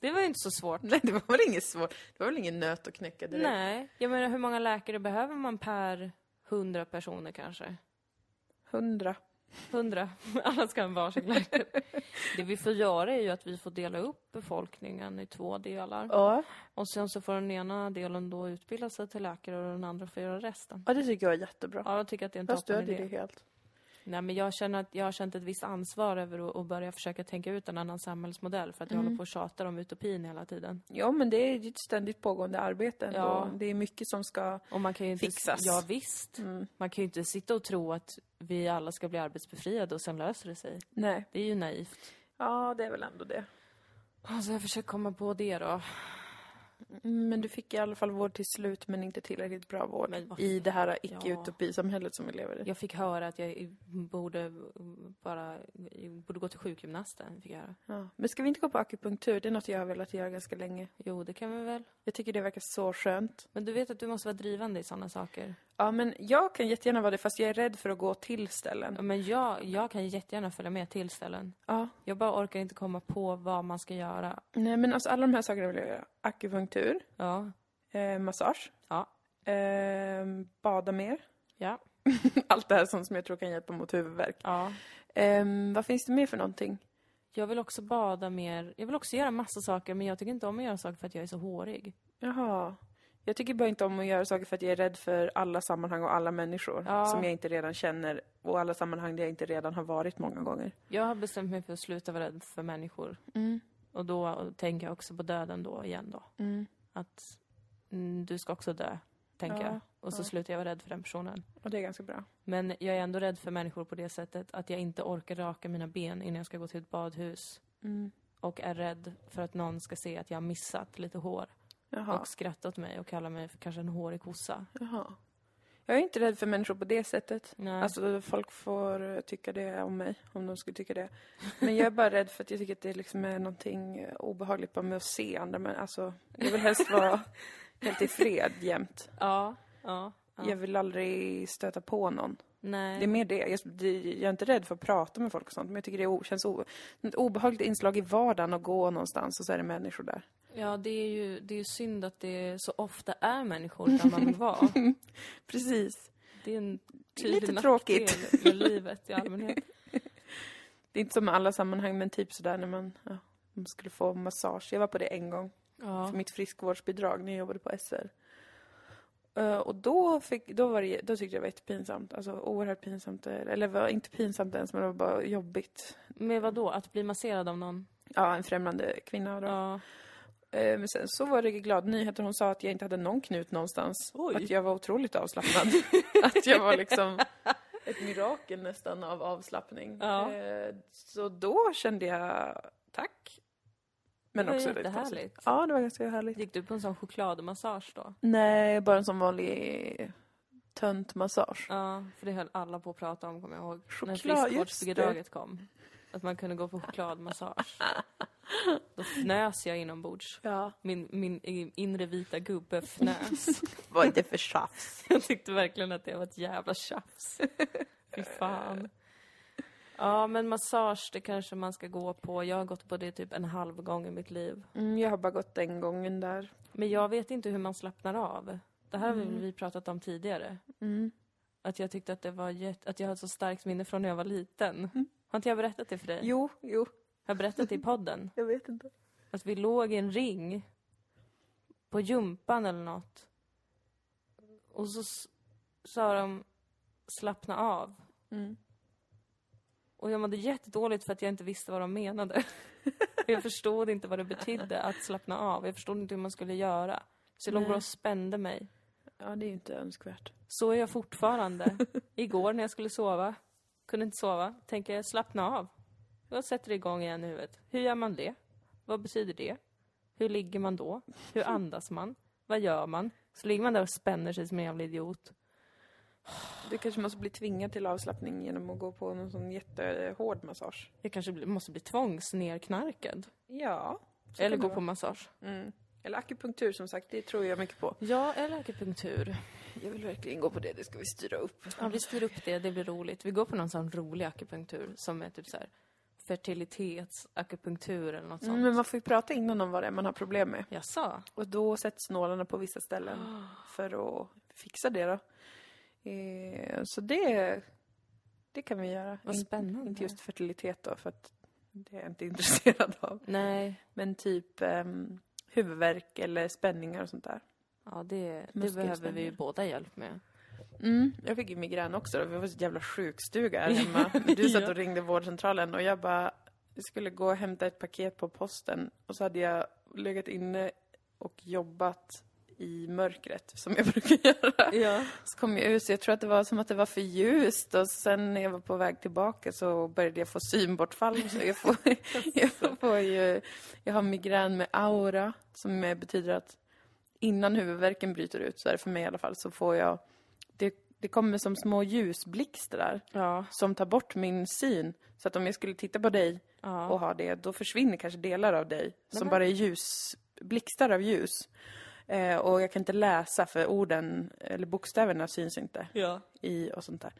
A: det var ju inte så svårt.
B: <laughs> Nej, det var väl inget svårt. Det var väl ingen nöt att knäcka direkt.
A: Nej, jag menar hur många läkare behöver man per hundra personer kanske?
B: Hundra.
A: Hundra. <laughs> Alla ska ha en varsin läkare. <laughs> Det vi får göra är ju att vi får dela upp befolkningen i två delar.
B: Ja.
A: Och sen så får den ena delen då utbilda sig till läkare och den andra får göra resten.
B: ja, det tycker jag är jättebra.
A: Ja, jag tycker att det är en
B: jag
A: toppen
B: stödjer det
A: idé.
B: helt.
A: Nej, men jag känner att jag har känt ett visst ansvar över att, att börja försöka tänka ut en annan samhällsmodell för att jag
B: Mm.
A: håller på och tjatar om utopin hela tiden.
B: Ja, men det är ju ett ständigt pågående arbete ändå.
A: Ja.
B: Det är mycket som ska...
A: Och man kan ju inte,
B: Fixas. Mm.
A: Ja, visst. Man kan ju inte sitta och tro att vi alla ska bli arbetsbefriade och sen löser det sig.
B: Nej.
A: Det är ju naivt.
B: Ja, det är väl ändå det.
A: Alltså jag försöker komma på det då.
B: Mm, Men du fick i alla fall vård till slut, men inte tillräckligt bra vård.
A: Men vad-
B: I det här
A: Ja.
B: icke-utopisamhället som vi lever i.
A: Jag fick höra att jag borde bara, borde gå till sjukgymnasten. Fick jag höra.
B: Ja. Men ska vi inte gå på akupunktur? Det är något jag har velat göra ganska länge.
A: Jo, det kan vi väl.
B: Jag tycker det verkar så skönt.
A: Men du vet att du måste vara drivande i sådana saker.
B: Ja, men jag kan jättegärna vara det, fast jag är rädd för att gå till ställen.
A: Ja, Men jag, jag kan jättegärna följa med till ställen.
B: Ja.
A: Jag bara orkar inte komma på vad man ska göra.
B: Nej, men alltså alla de här sakerna vill jag göra. Akupunktur,
A: Ja.
B: eh, massage,
A: Ja.
B: eh, bada mer. <laughs>
A: Ja.
B: Allt det här sånt som jag tror kan hjälpa mot huvudvärk.
A: Ja.
B: Eh, vad finns det mer för någonting?
A: Jag vill också bada mer. Jag vill också göra massa saker, men jag tycker inte om att göra saker för att jag är så hårig.
B: Jaha. Jag tycker bara inte om att göra saker för att jag är rädd för alla sammanhang och alla människor
A: Ja.
B: som jag inte redan känner och alla sammanhang där jag inte redan har varit många gånger.
A: Jag har bestämt mig för att sluta vara rädd för människor.
B: Mm.
A: Och då tänker jag också på döden då igen då. Att mm, du ska också dö, tänker
B: Ja,
A: jag. Och så
B: ja.
A: slutar jag vara rädd för den personen.
B: Och det är ganska bra.
A: Men jag är ändå rädd för människor på det sättet att jag inte orkar raka mina ben innan jag ska gå till ett badhus.
B: Mm.
A: Och är rädd för att någon ska se att jag har missat lite hår.
B: Jaha.
A: Och skratta åt mig och kalla mig för kanske en hårig kossa.
B: Jaha. Jag är inte rädd för människor på det sättet.
A: Nej.
B: Alltså folk får eh, tycka det om mig, om de skulle tycka det. Men jag är bara rädd för att jag tycker att det liksom är någonting eh, obehagligt bara med att se andra men alltså, jag vill helst <laughs> vara helt i fred jämt.
A: Ja, ja. ja.
B: Jag vill aldrig stöta på någon.
A: Nej.
B: Det är mer det. Jag, det- jag är inte rädd för att prata med folk och sånt, men jag tycker det är o, känns o, ett obehagligt inslag i vardagen att gå någonstans och så är det människor där.
A: Ja, det är ju det är ju synd att det så ofta är människor där man vill vara.
B: Precis.
A: Det är en
B: Lite
A: tydlig nackdel
B: tråkigt.
A: med livet i allmänhet.
B: <laughs> Det är inte som med alla sammanhang, men typ sådär när man, ja, man skulle få massage. Jag var på det en gång.
A: Ja.
B: för mitt friskvårdsbidrag när jag jobbade på SR. Eh, och då, fick, då, var det, då tyckte jag det var jättepinsamt. Alltså oerhört pinsamt. eh, Eller var inte pinsamt ens, men det var bara jobbigt.
A: Med vad då? Att bli masserad av någon?
B: Ja, en främmande kvinna då.
A: Ja.
B: Eh, men sen så var det glad nyheter. Hon sa att jag inte hade någon knut någonstans.
A: Oj.
B: Att jag var otroligt <laughs> avslappnad. att jag var liksom ett mirakel nästan av avslappning.
A: Ja.
B: Eh, så då kände jag tack. Men
A: Det var
B: också lite
A: jättehärligt.
B: konstigt. Ja, det var ganska härligt.
A: Gick du på en sån chokladmassage då?
B: Nej, bara en sån vanlig töntmassage.
A: Ja, för det höll alla på att prata om kommer jag ihåg.
B: Choklad,
A: När friskvårdsbidraget kom. Att man kunde gå på chokladmassage. Då fnös jag inombords.
B: Ja.
A: Min, min i- inre vita gubbe
B: <laughs>
A: fnös.
B: Vad är det för tjafs?
A: Jag tyckte verkligen att det var ett jävla tjafs. Fy fan. Ja, men massage, det kanske man ska gå på. Jag har gått på det typ en halv gång i mitt liv.
B: Mm, jag har bara gått den gången där.
A: Men jag vet inte hur man slappnar av. Det här har väl vi pratat om tidigare.
B: Mm.
A: Att jag tyckte att det var jätt... att jag hade så starkt minne från när jag var liten. Har inte jag berättat det för dig?
B: Mm. Jo, jo,
A: Har jag berättat det i podden?
B: jag vet inte.
A: Att vi låg i en ring på jumpan eller något. Och så s- sa de slappna av.
B: Mm.
A: Och jag mådde jättedåligt för att jag inte visste vad de menade. jag förstod inte vad det betydde att slappna av. Jag förstod inte hur man skulle göra. Så jag låg bara och spände mig.
B: Ja, det är ju inte önskvärt.
A: Så är jag fortfarande. Igår när jag skulle sova, kunde inte sova, tänker jag slappna av. Jag sätter igång igen i huvudet. Hur gör man det? Vad betyder det? Hur ligger man då? Hur andas man? Vad gör man? Så ligger man där och spänner sig som en jävla idiot.
B: Du kanske måste bli tvingad till avslappning genom att gå på någon sån jättehård massage.
A: Jag kanske bli- måste bli tvångsnerknarkad.
B: Ja. så
A: Eller
B: kan
A: gå
B: det
A: på
B: vara.
A: massage.
B: Mm. Eller akupunktur som sagt, det tror jag mycket på.
A: Ja, eller akupunktur.
B: Jag vill verkligen gå på det, det ska vi styra upp.
A: Ja, vi styr upp det, det blir roligt. Vi går på någon sån rolig akupunktur som är typ så här fertilitetsakupunktur eller något sånt.
B: Mm, men man får ju prata innan om vad det är man har problem med.
A: Jag sa.
B: Och då sätts nålarna på vissa <gasps> ställen för att fixa det då. Eh, så det, det kan vi göra.
A: Vad
B: In-
A: spännande.
B: Inte just fertilitet då, för att det är jag inte <laughs> intresserad av.
A: Nej,
B: Men typ um, huvudvärk eller spänningar och sånt där.
A: ja, det, det
B: Muskelspänningar.
A: behöver vi ju båda hjälp
B: <laughs>
A: med.
B: Mm. Jag fick ju migrän också. då. Vi var så jävla sjukstuga här hemma. Du satt och ringde vårdcentralen och jag bara jag skulle gå och hämta ett paket på posten och så hade jag legat inne och jobbat i mörkret som jag <laughs> brukar göra.
A: Ja.
B: Så kom jag ut, så jag tror att det var som att det var för ljust och sen när jag var på väg tillbaka så började jag få synbortfall. Så jag, får, jag, får ju, jag har migrän med aura som eh, betyder att innan huvudvärken bryter ut, så är det för mig i alla fall, så får jag... Det, det kommer som små ljusblixtrar
A: Ja,
B: som tar bort min syn. Så att om jag skulle titta på dig
A: ja.
B: och ha det, då försvinner kanske delar av dig som bara är ljus, blixtar av ljus. Eh, och jag kan inte läsa för orden, eller bokstäverna syns inte
A: ja.
B: i och sånt där.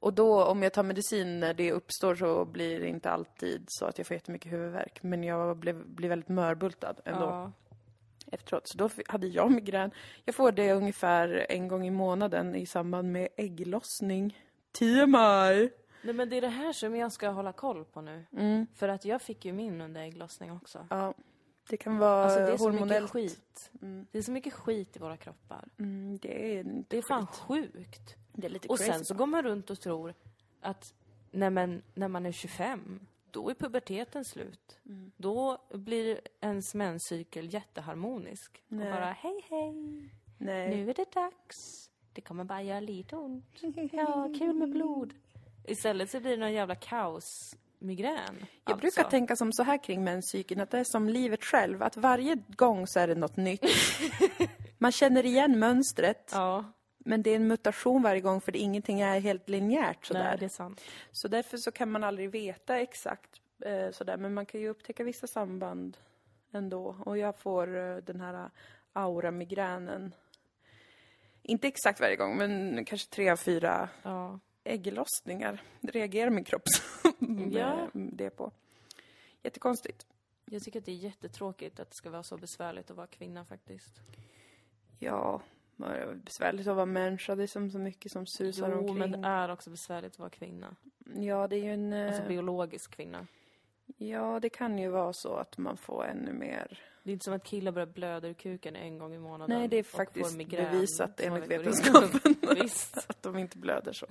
B: Och då, om jag tar medicin när det uppstår så blir det inte alltid så att jag får jättemycket huvudvärk. Men jag blev, blir väldigt mörbultad ändå
A: ja.
B: efteråt. Så då f- hade jag migrän. Jag får det ungefär en gång i månaden i samband med ägglossning. TMI!
A: Nej, men det är det här som jag ska hålla koll på nu. För att jag fick ju min under ägglossning också.
B: Mm. Ja, det kan vara
A: Alltså det är så mycket
B: hormonellt.
A: skit. Det är så mycket skit i våra kroppar.
B: Mm, det är inte
A: Det är fan sjukt.
B: Det är lite
A: Och
B: crazy.
A: sen så går man runt och tror att när man, när man är 25, då är puberteten slut.
B: Mm.
A: Då blir ens menscykel jätteharmonisk.
B: Nej.
A: Och bara hej hej.
B: Nej.
A: Nu är det dags. Det kommer bara göra lite ont. Ja, kul med blod. Istället så blir det någon jävla kaosmigrän.
B: Jag
A: alltså.
B: brukar tänka som så här kring menscykeln, att det är som livet själv, att varje gång så är det
A: <laughs>
B: något nytt. Man känner igen mönstret,
A: Ja,
B: men det är en mutation varje gång för det ingenting är helt linjärt sådär.
A: nej, det är sant.
B: Så därför så kan man aldrig veta exakt eh, sådär, men man kan ju upptäcka vissa samband ändå. Och jag får eh, den här aura-migränen. Inte exakt varje gång, men kanske tre av fyra
A: Ja.
B: ägglossningar reagerar min kropp <laughs> som
A: Ja.
B: det på. Jättekonstigt.
A: Jag tycker att det är jättetråkigt att det ska vara så besvärligt att vara kvinna faktiskt.
B: Ja, vad är det besvärligt att vara människa. Det är som så mycket som susar
A: Jo, men
B: omkring.
A: det är också besvärligt att vara kvinna.
B: Ja, det är ju en... eh,
A: Alltså biologisk kvinna.
B: Ja, det kan ju vara så att man får ännu mer...
A: Det är inte som att killar börjar blöda ur kuken en gång i månaden.
B: Nej, det är
A: och får
B: faktiskt
A: migrän
B: bevisat
A: två
B: enligt
A: veckor in.
B: vetenskapen.
A: <laughs> Visst.
B: <laughs> Att de inte blöder så.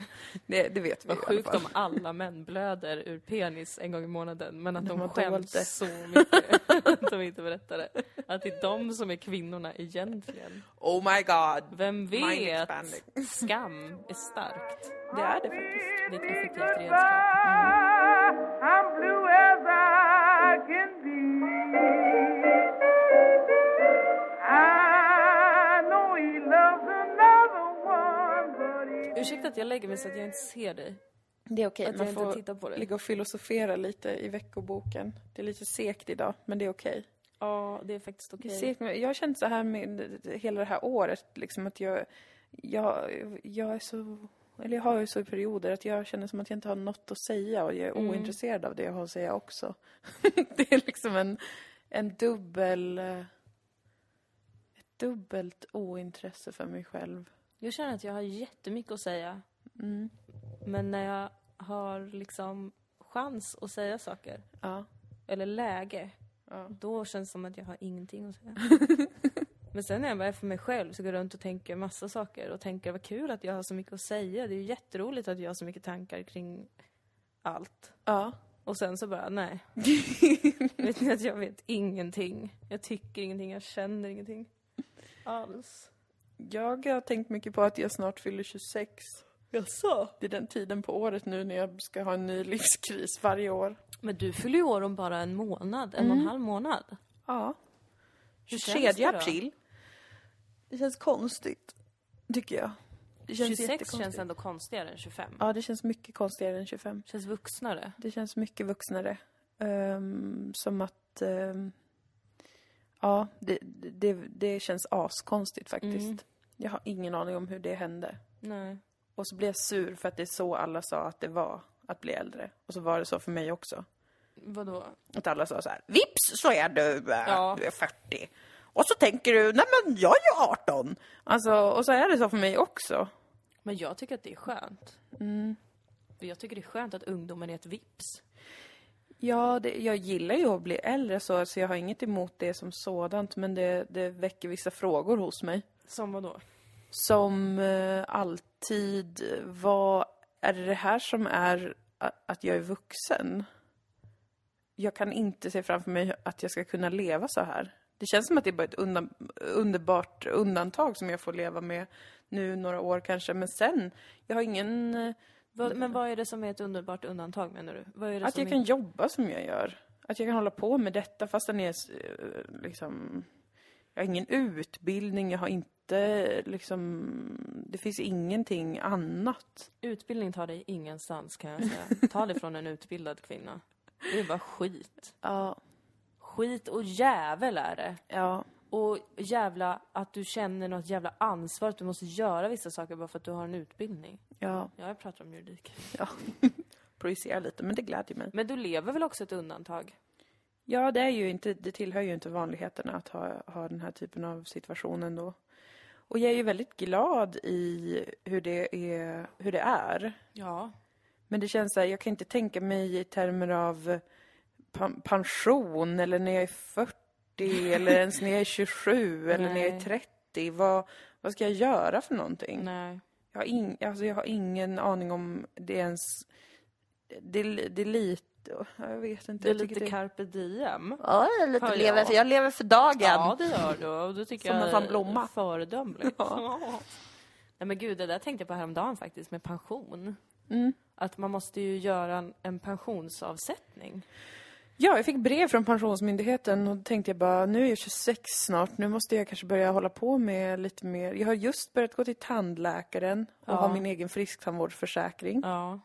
B: Det, det vet vi
A: Vad
B: ju i
A: sjukt
B: alla
A: om
B: fall.
A: alla män blöder ur penis en gång i månaden men att
B: De
A: de,
B: har dolt det.
A: skäms så mycket <laughs> att de inte berättar det. Att det är de som är kvinnorna egentligen.
B: Oh my god!
A: Vem
B: Mind
A: vet?
B: expanding.
A: Skam är starkt.
B: Det är det faktiskt.
A: Det är ett effektivt redskap.
E: I'm blue as I can be. I know he loves another one, but he
A: Mm. Ursäkta att jag lägger mig så att jag inte ser dig.
B: Det är okej,
A: Att jag
B: man
A: inte
B: får
A: tittar på det.
B: ligga och filosofera lite i veckoboken. Det är lite segt idag, men det är okej.
A: Ja, det är faktiskt
B: Det
A: okej.
B: är segt, men Jag har känt så här med hela det här året, liksom att jag, jag, jag är så, eller jag har ju så i perioder att jag känner som att jag inte har något att säga och jag är ointresserad av det jag har att säga också. <laughs> det är liksom en, en dubbel, eh, ett dubbelt ointresse för mig själv.
A: Jag känner att jag har jättemycket att säga.
B: Mm.
A: Men när jag har liksom chans att säga saker,
B: Ja.
A: eller läge,
B: Ja.
A: då känns det som att jag har ingenting att säga. Men sen när jag bara är för mig själv så går jag runt och tänker massa saker och tänker vad kul att jag har så mycket att säga. Det är ju jätteroligt att jag har så mycket tankar kring allt.
B: ja. <laughs>
A: Och sen så bara, nej. vet ni att jag vet ingenting. Jag tycker ingenting, jag känner ingenting. Alls.
B: Jag har tänkt mycket på att jag snart fyller 26.
A: Jaså?
B: Det är den tiden på året nu när jag ska ha en ny livskris varje år.
A: Men du fyller ju år om bara en månad, en och en halv månad.
B: Ja.
A: Hur känns det då?
B: Det känns konstigt, tycker jag. Det
A: 26
B: jättekonstigt.
A: känns ändå konstigare än 25.
B: Ja, det känns mycket konstigare än 25.
A: Känns vuxnare.
B: Det känns mycket vuxnare. Ehm, som att... ehm, ja, det, det, det känns askonstigt faktiskt.
A: Mm.
B: Jag har ingen aning om hur det hände.
A: Nej.
B: Och så blev jag sur för att det är så alla sa att det var att bli äldre. Och så var det så för mig också.
A: Vadå?
B: Att alla sa så här, vips så är du, eh,
A: Ja.
B: du är 40. Och så tänker du, nej men jag är ju 18. Alltså, och så är det så för mig också.
A: Men jag tycker att det är skönt. Mm. För jag tycker det är skönt att ungdomen är ett vips.
B: Ja, det, jag gillar ju att bli äldre så, så jag har inget emot det som sådant. Men det, det väcker vissa frågor hos mig.
A: Som vadå?
B: Som eh, alltid, vad är det det här som är a- att jag är vuxen? Jag kan inte se framför mig att jag ska kunna leva så här. Det känns som att det är bara ett undan, underbart undantag som jag får leva med nu några år kanske, men sen, jag har ingen... eh,
A: Vad, men vad är det som är ett underbart undantag menar du? Vad är det
B: Att
A: som
B: jag kan jobba som jag gör. Att jag kan hålla på med detta fastän jag är s- eh, liksom... Jag har ingen utbildning, jag har inte liksom... Det finns ingenting annat.
A: är... Utbildning tar dig ingenstans kan jag <laughs> säga. Ta det från en utbildad kvinna. Det är bara skit.
B: Ja.
A: Skit och jävel är det.
B: Ja.
A: Och jävla att du känner något jävla ansvar att du måste göra vissa saker bara för att du har en utbildning.
B: Ja.
A: Ja, jag pratar om juridik.
B: ja. <laughs> Projicerar lite, men det glädjer mig.
A: Men du lever väl också ett undantag?
B: Ja, det är ju inte... Det tillhör ju inte vanligheterna att ha, ha den här typen av situation ändå. Och jag är ju väldigt glad i hur det är, hur det är.
A: Ja.
B: Men det känns så här, jag kan inte tänka mig i termer av pan- pension eller när jag är 40 eller ens när jag är 27 eller när jag är
A: Nej.
B: 30. Vad, vad ska jag göra för någonting?
A: Nej.
B: Jag, har ing, alltså jag har ingen aning om det ens... Det, är- det är lite... Jag vet inte.
A: Det är
B: jag tycker
A: lite carpe diem.
C: Ja, jag, är
A: Hör
C: lite
A: jag.
C: lever, för jag lever för dagen.
A: Ja, det gör du. Och du tycker
B: Som en
A: jag
B: sån blomma.
A: är föredömligt. Nej men gud, det där tänkte jag på häromdagen faktiskt med pension.
B: Mm.
A: Att man måste ju göra en, en pensionsavsättning.
B: Ja, jag fick brev från Pensionsmyndigheten och då tänkte jag bara, nu är jag 26 snart, nu måste jag kanske börja hålla på med lite mer. Jag har just börjat gå till tandläkaren och
A: Ja.
B: ha min egen frisktandvårdsförsäkring.
A: Ja.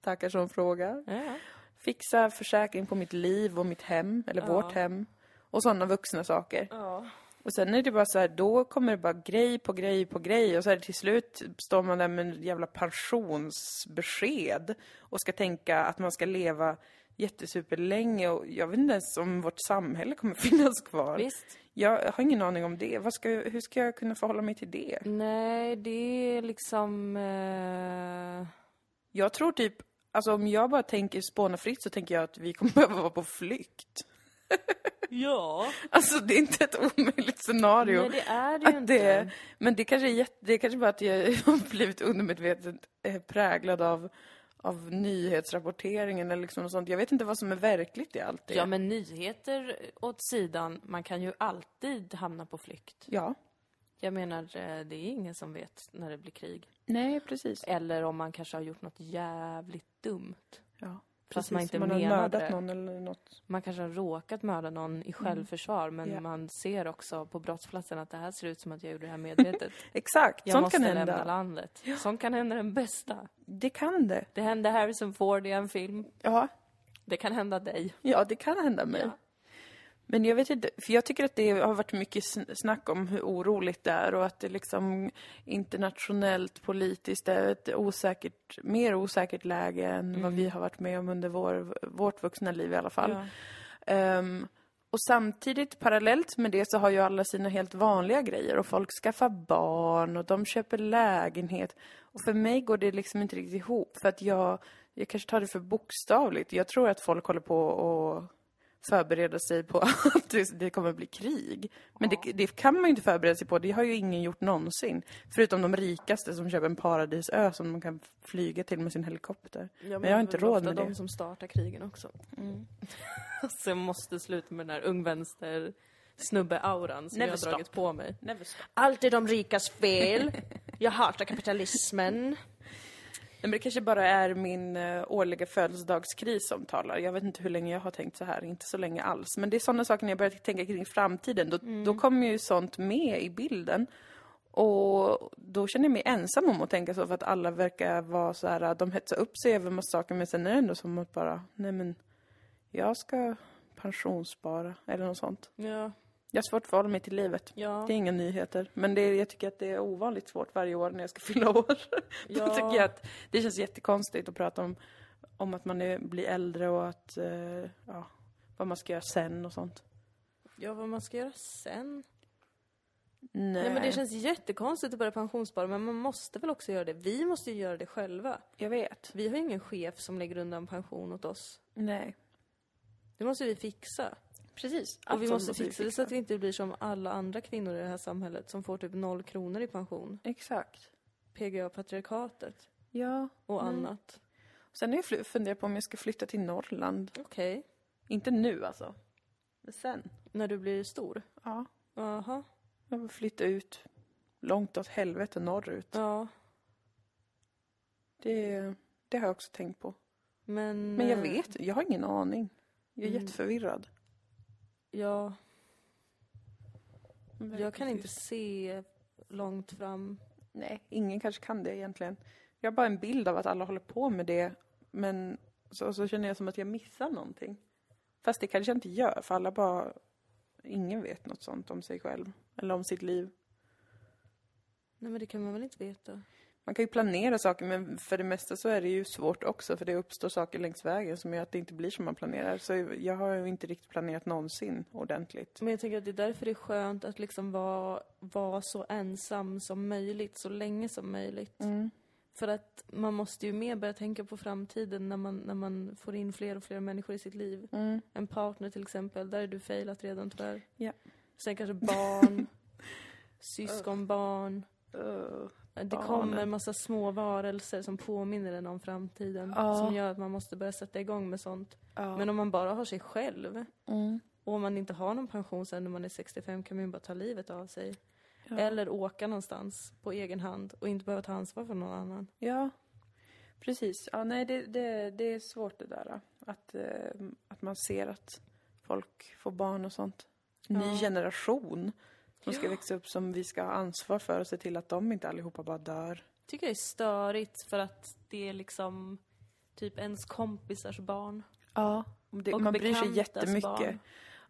B: Tackar som frågar.
A: ja.
B: Fixa försäkring på mitt liv och mitt hem, eller vårt hem. Och sådana vuxna saker.
A: ja.
B: Och sen är det bara så här, då kommer det bara grej på grej på grej. Och så här, till slut står man där med en jävla pensionsbesked. Och ska tänka att man ska leva jättesuperlänge. Och jag vet inte ens om vårt samhälle kommer <laughs> finnas kvar.
A: Visst.
B: Jag har ingen aning om det. Vad ska, jag- hur ska jag kunna förhålla mig till det?
A: Nej, det är liksom... Eh...
B: Jag tror typ, alltså om jag bara tänker spåna fritt så tänker jag att vi kommer <laughs> behöva vara på flykt.
A: Ja.
B: Alltså det är inte ett omöjligt scenario.
A: Nej, det är det ju
B: att
A: inte.
B: det, men det kanske är jätte, det är kanske bara att jag <laughs> har blivit undermedvetet eh, präglad av, av nyhetsrapporteringen eller liksom något sånt. Jag vet inte vad som är verkligt i allt det.
A: Ja, men nyheter åt sidan, man kan ju alltid hamna på flykt.
B: ja.
A: Jag menar, eh, det är ingen som vet när det blir krig.
B: Nej, precis.
A: Eller om man kanske har gjort något jävligt dumt.
B: Ja.
A: Fast man inte
B: man har
A: menade
B: mördat
A: det.
B: någon eller något.
A: Man kanske har råkat mörda någon i självförsvar men
B: Ja.
A: man ser också på brottsplatsen att det här ser ut som att jag gjorde det här <laughs> medvetet.
B: Exakt,
A: Jag
B: sånt
A: måste
B: kan
A: lämna
B: hända.
A: landet. Sånt kan hända den bästa.
B: Det kan det.
A: Det hände Harrison Ford i en film.
B: Ja,
A: Det kan hända dig.
B: ja det kan hända mig.
A: Ja.
B: Men jag vet inte, för jag tycker att det har varit mycket sn- snack om hur oroligt det är och att det liksom internationellt politiskt är ett osäkert, mer osäkert läge än vad vi har varit med om under vår, vårt vuxna liv i alla fall. Ehm, och samtidigt, parallellt med det, så har ju alla sina helt vanliga grejer och folk skaffar barn och de köper lägenhet. Och för mig går det liksom inte riktigt ihop för att jag, jag kanske tar det för bokstavligt. Jag tror att folk håller på och förbereder sig på <laughs> att det- det kommer bli krig. Men det, det kan man ju inte förbereda sig på, det har ju ingen gjort någonsin. Förutom de rikaste som köper en paradisö som de kan flyga till med sin helikopter. men jag har inte råd med det. Mm.
A: de som startar krigen också. <laughs> så jag måste sluta med den här ung vänster snubbe-auran som jag har dragit på mig. Allt är de rikas fel. Jag hatar kapitalismen.
B: Nej, men det kanske bara är min eh, årliga födelsedagskris som talar. Jag vet inte hur länge jag har tänkt så här, inte så länge alls. Men det är sådana saker när jag börjar tänka kring framtiden, då, då kommer ju sånt med i bilden. Och då känner jag mig ensam om att tänka så, för att alla verkar vara så här, de hetsar upp sig över massa saker, men sen är det ändå som att bara, nej men, jag ska pensionsspara, eller något sånt.
A: Ja,
B: Jag har svårt att förhålla mig till livet.
A: ja.
B: Det är inga nyheter, men det, är- jag tycker att det är ovanligt svårt varje år när jag ska <laughs> fylla år. Då
A: Ja.
B: tycker jag att det känns jättekonstigt att prata om, om att man är, blir äldre och att, eh, ja, vad man ska göra sen och sånt.
A: ja, vad man ska göra sen.
B: Nej,
A: Nej men det känns jättekonstigt att börja pensionsspara men man måste väl också göra det. Vi måste ju göra det själva.
B: jag vet.
A: Vi har ju ingen chef som lägger undan pension åt oss.
B: Nej.
A: Det måste vi fixa.
B: Precis.
A: Och vi måste fixa det så att vi inte blir som alla andra kvinnor i det här samhället som får typ noll kronor i pension.
B: Exakt.
A: PGA-patriarkatet
B: Ja.
A: och
B: Mm.
A: annat.
B: Sen är jag fl- funderar på om jag ska flytta till Norrland.
A: Okej.
B: Inte nu alltså. Men sen.
A: När du blir stor?
B: Ja.
A: Jaha.
B: Jag vill flytta ut. Långt åt helvete norrut.
A: Ja.
B: Det, det har jag också tänkt på.
A: Men...
B: Men jag
A: eh,
B: vet jag har ingen aning. Jag är
A: Mm.
B: jätteförvirrad.
A: Ja, jag kan inte se långt fram.
B: Nej, ingen kanske kan det egentligen. Jag har bara en bild av att alla håller på med det, men så, så känner jag som att jag missar någonting. Fast det kanske jag inte gör, för alla bara... Ingen vet något sånt om sig själv, eller om sitt liv.
A: Nej men det kan man väl inte veta?
B: Man kan ju planera saker, men för det mesta så är det ju svårt också, för det uppstår saker längs vägen som gör att det inte blir som man planerar. Så jag har ju inte riktigt planerat någonsin ordentligt.
A: Men jag tänker att det är därför det är skönt att liksom vara, vara så ensam som möjligt, så länge som möjligt.
B: Mm.
A: För att man måste ju mer börja tänka på framtiden när man, när man får in fler och fler människor i sitt liv.
B: Mm.
A: En partner till exempel, där är du failat redan tyvärr.
B: Ja.
A: Sen kanske
B: <laughs>
A: barn, syskonbarn.
B: Uh.
A: Det
B: Barnen.
A: kommer massa små varelser som påminner en om framtiden.
B: Ja.
A: Som gör att man måste börja sätta igång med sånt.
B: Ja.
A: Men om man bara har sig själv
B: Mm.
A: och om man inte har någon pension sen när man är 65 kan man ju bara ta livet av sig.
B: Ja.
A: Eller åka någonstans på egen hand och inte behöva ta ansvar för någon annan.
B: Ja, precis. Ja, nej, det, det, det är svårt det där. Att, eh, att man ser att folk får barn och sånt. Ny generation som ska växa upp som vi ska ha ansvar för och se till att de inte allihopa bara dör.
A: Tycker jag är störigt för att det är liksom typ ens kompisars barn.
B: Ja. Det,
A: Och
B: man bryr sig
A: bekantas
B: jättemycket.
A: barn.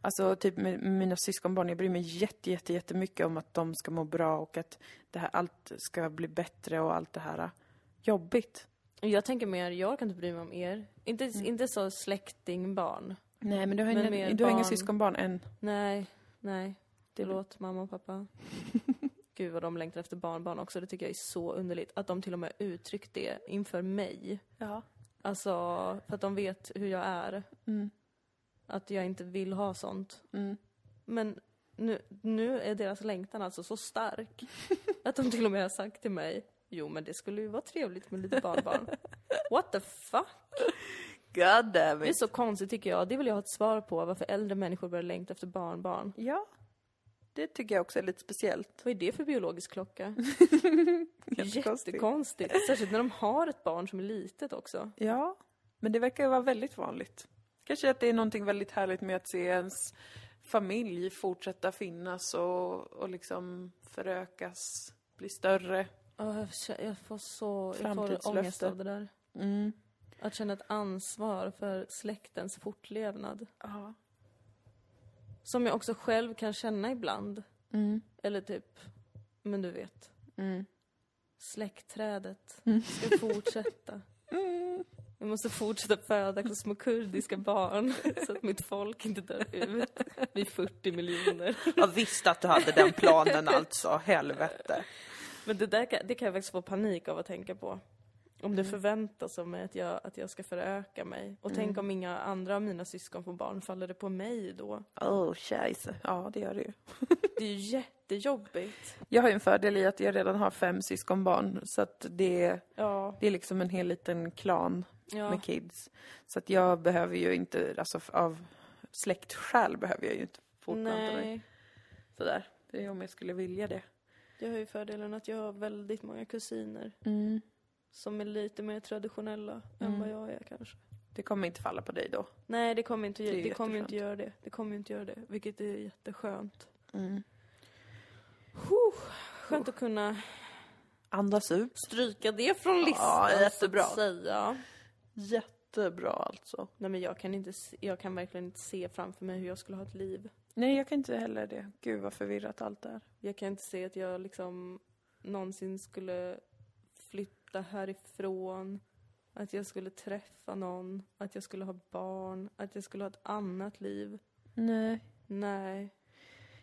B: Alltså typ med mina syskonbarn, jag bryr mig jätte, jätte, jättemycket om att de ska må bra och att det här, allt ska bli bättre och allt det här. eh, Jobbigt.
A: Jag tänker mer, jag kan inte bry mig om er. Inte, inte så släktingbarn.
B: Nej, men du har,
A: Men
B: inga-
A: mer
B: du har inga
A: barn.
B: syskonbarn än.
A: Nej, nej.
B: Det-
A: Förlåt mamma och <laughs> pappa. Gud vad de längtar efter barnbarn också. Det tycker jag är så underligt. Att de till och med uttryckt det inför mig.
B: Ja.
A: Alltså, för att de vet hur jag är.
B: Mm.
A: Att jag inte vill ha sånt.
B: Mm.
A: Men nu, nu är deras längtan alltså så
B: <laughs>
A: stark. Att de till och med har sagt till mig. Jo men det skulle ju vara trevligt med lite
B: <laughs>
A: barnbarn. What the fuck?
B: God damn
A: Det är så konstigt tycker jag. Det vill jag ha ett svar på. Varför äldre människor börjar längta efter barnbarn.
B: Ja, det tycker jag också är lite speciellt.
A: Vad är det för biologisk klocka?
B: <laughs> Jättekonstigt. <laughs>
A: Jättekonstigt. Särskilt när de har ett barn som är litet också.
B: Ja, Men det verkar ju vara väldigt vanligt. Kanske att det är någonting väldigt härligt med att se ens familj fortsätta finnas och, och liksom förökas, bli större.
A: Åh, jag kä- jag får så jag får ångest
B: Framtidslöfte.
A: av det där.
B: Mm.
A: Att känna ett ansvar för släktens fortlevnad.
B: Ja.
A: Som jag också själv kan känna ibland.
B: Mm.
A: Eller typ, men du vet,
B: Mm.
A: släktträdet ska
B: <laughs>
A: fortsätta. Vi måste fortsätta föda små kurdiska barn <laughs> så att mitt folk inte dör ut. Vi är 40 miljoner.
C: Jag visste att du hade den planen alltså, helvete.
A: Men det där kan, det kan jag faktiskt få panik av att tänka på. Om
B: Mm.
A: det förväntas av mig att jag, att jag ska föröka mig. Och tänk
B: Mm.
A: om inga andra av mina syskon får barn, faller det på mig då?
B: Oh, scheisse. Ja, det gör det ju.
A: Det är ju jättejobbigt.
B: Jag har ju en fördel i att jag redan har fem syskonbarn, så att det,
A: Ja.
B: det är liksom en hel liten klan
A: ja.
B: med kids. Så att jag behöver ju inte, alltså f- av släktskäl behöver jag ju inte fortplanta mig.
A: Nej.
B: Sådär. Det är om jag skulle vilja det.
A: Jag har ju fördelen att jag har väldigt många kusiner som är lite mer traditionella än
B: Mm.
A: vad jag är kanske.
B: Det kommer inte falla på dig då.
A: Nej, det kommer inte,
B: Det är
A: det kommer inte
B: jätteskönt.
A: göra det. Det kommer inte göra det, vilket är jätteskönt.
B: Mm.
A: Huh, skönt att kunna
B: Andas ut.
A: stryka det från listan
B: jättebra.
A: så att säga.
B: Jättebra alltså.
A: Nej men jag kan, inte se, jag kan verkligen inte se framför mig hur jag skulle ha ett liv.
B: Nej, jag kan inte heller det. Gud vad förvirrat allt är.
A: Jag kan inte se att jag liksom någonsin skulle flytta härifrån. Att jag skulle träffa någon, att jag skulle ha barn, att jag skulle ha ett annat liv.
B: Nej.
A: Nej.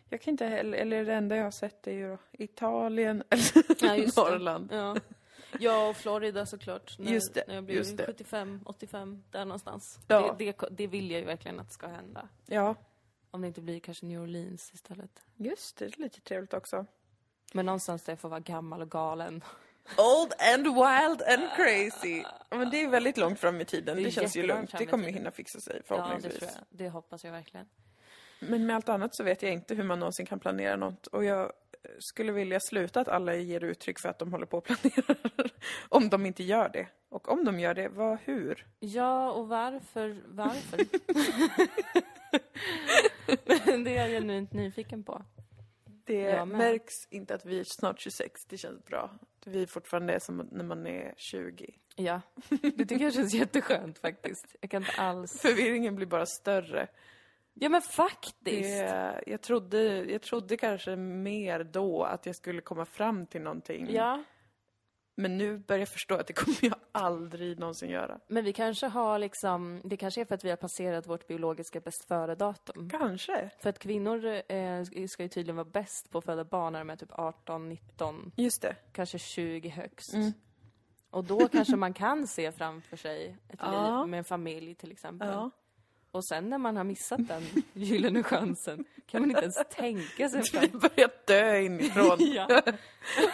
B: Jag kan inte heller, eller det enda jag har sett är ju då Italien <laughs> eller
A: Ja, <laughs> just det.
B: Norrland.
A: Ja. Jag och Florida såklart. När,
B: Just det,
A: När jag blir
B: just det.
A: 75, 85, där någonstans.
B: Ja.
A: Det, det, det vill jag ju verkligen att ska hända.
B: Ja.
A: Om det inte blir kanske New Orleans istället.
B: Just det, det är lite trevligt också.
A: Men någonstans där jag får vara gammal och galen.
B: Old and wild and crazy. Men det är väldigt långt fram i tiden.
A: Det är
B: Det, känns ju
A: jättelångt
B: lugnt.
A: fram
B: Det
A: i
B: kommer ju
A: tiden.
B: hinna fixa sig
A: Ja, det
B: förhoppningsvis.
A: tror jag. Det hoppas jag verkligen.
B: Men med allt annat så vet jag inte hur man någonsin kan planera något och jag skulle vilja sluta att alla ger uttryck för att de håller på och <laughs> planerar. om de inte gör det. Och om de gör det, vad, hur?
A: Ja, och varför? Varför? Men det är jag genuint nyfiken på.
B: Det
A: Jag med.
B: märks inte att vi är snart 26, det känns bra. Vi är fortfarande som när man är 20.
A: Ja, det tycker jag känns jätteskönt faktiskt. Jag kan inte alls...
B: Förvirringen blir bara större.
A: Ja, men faktiskt!
B: Det, jag, trodde, jag trodde kanske mer då att jag skulle komma fram till någonting.
A: Ja,
B: Men nu börjar jag förstå att det kommer jag aldrig någonsin göra.
A: men vi kanske har liksom... Det kanske är för att vi har passerat vårt biologiska bäst före-datum.
B: Kanske.
A: För att kvinnor eh, ska ju tydligen vara bäst på att föda barn när de är typ 18, 19,
B: Just det.
A: kanske 20 högst. Och då kanske man kan se framför sig ett
B: Ja.
A: liv med en familj till exempel.
B: Ja.
A: Och sen när man har missat den gyllene chansen kan man inte ens tänka sig fram.
B: <laughs> Vi börjar dö inifrån.
A: Ja,
B: <laughs>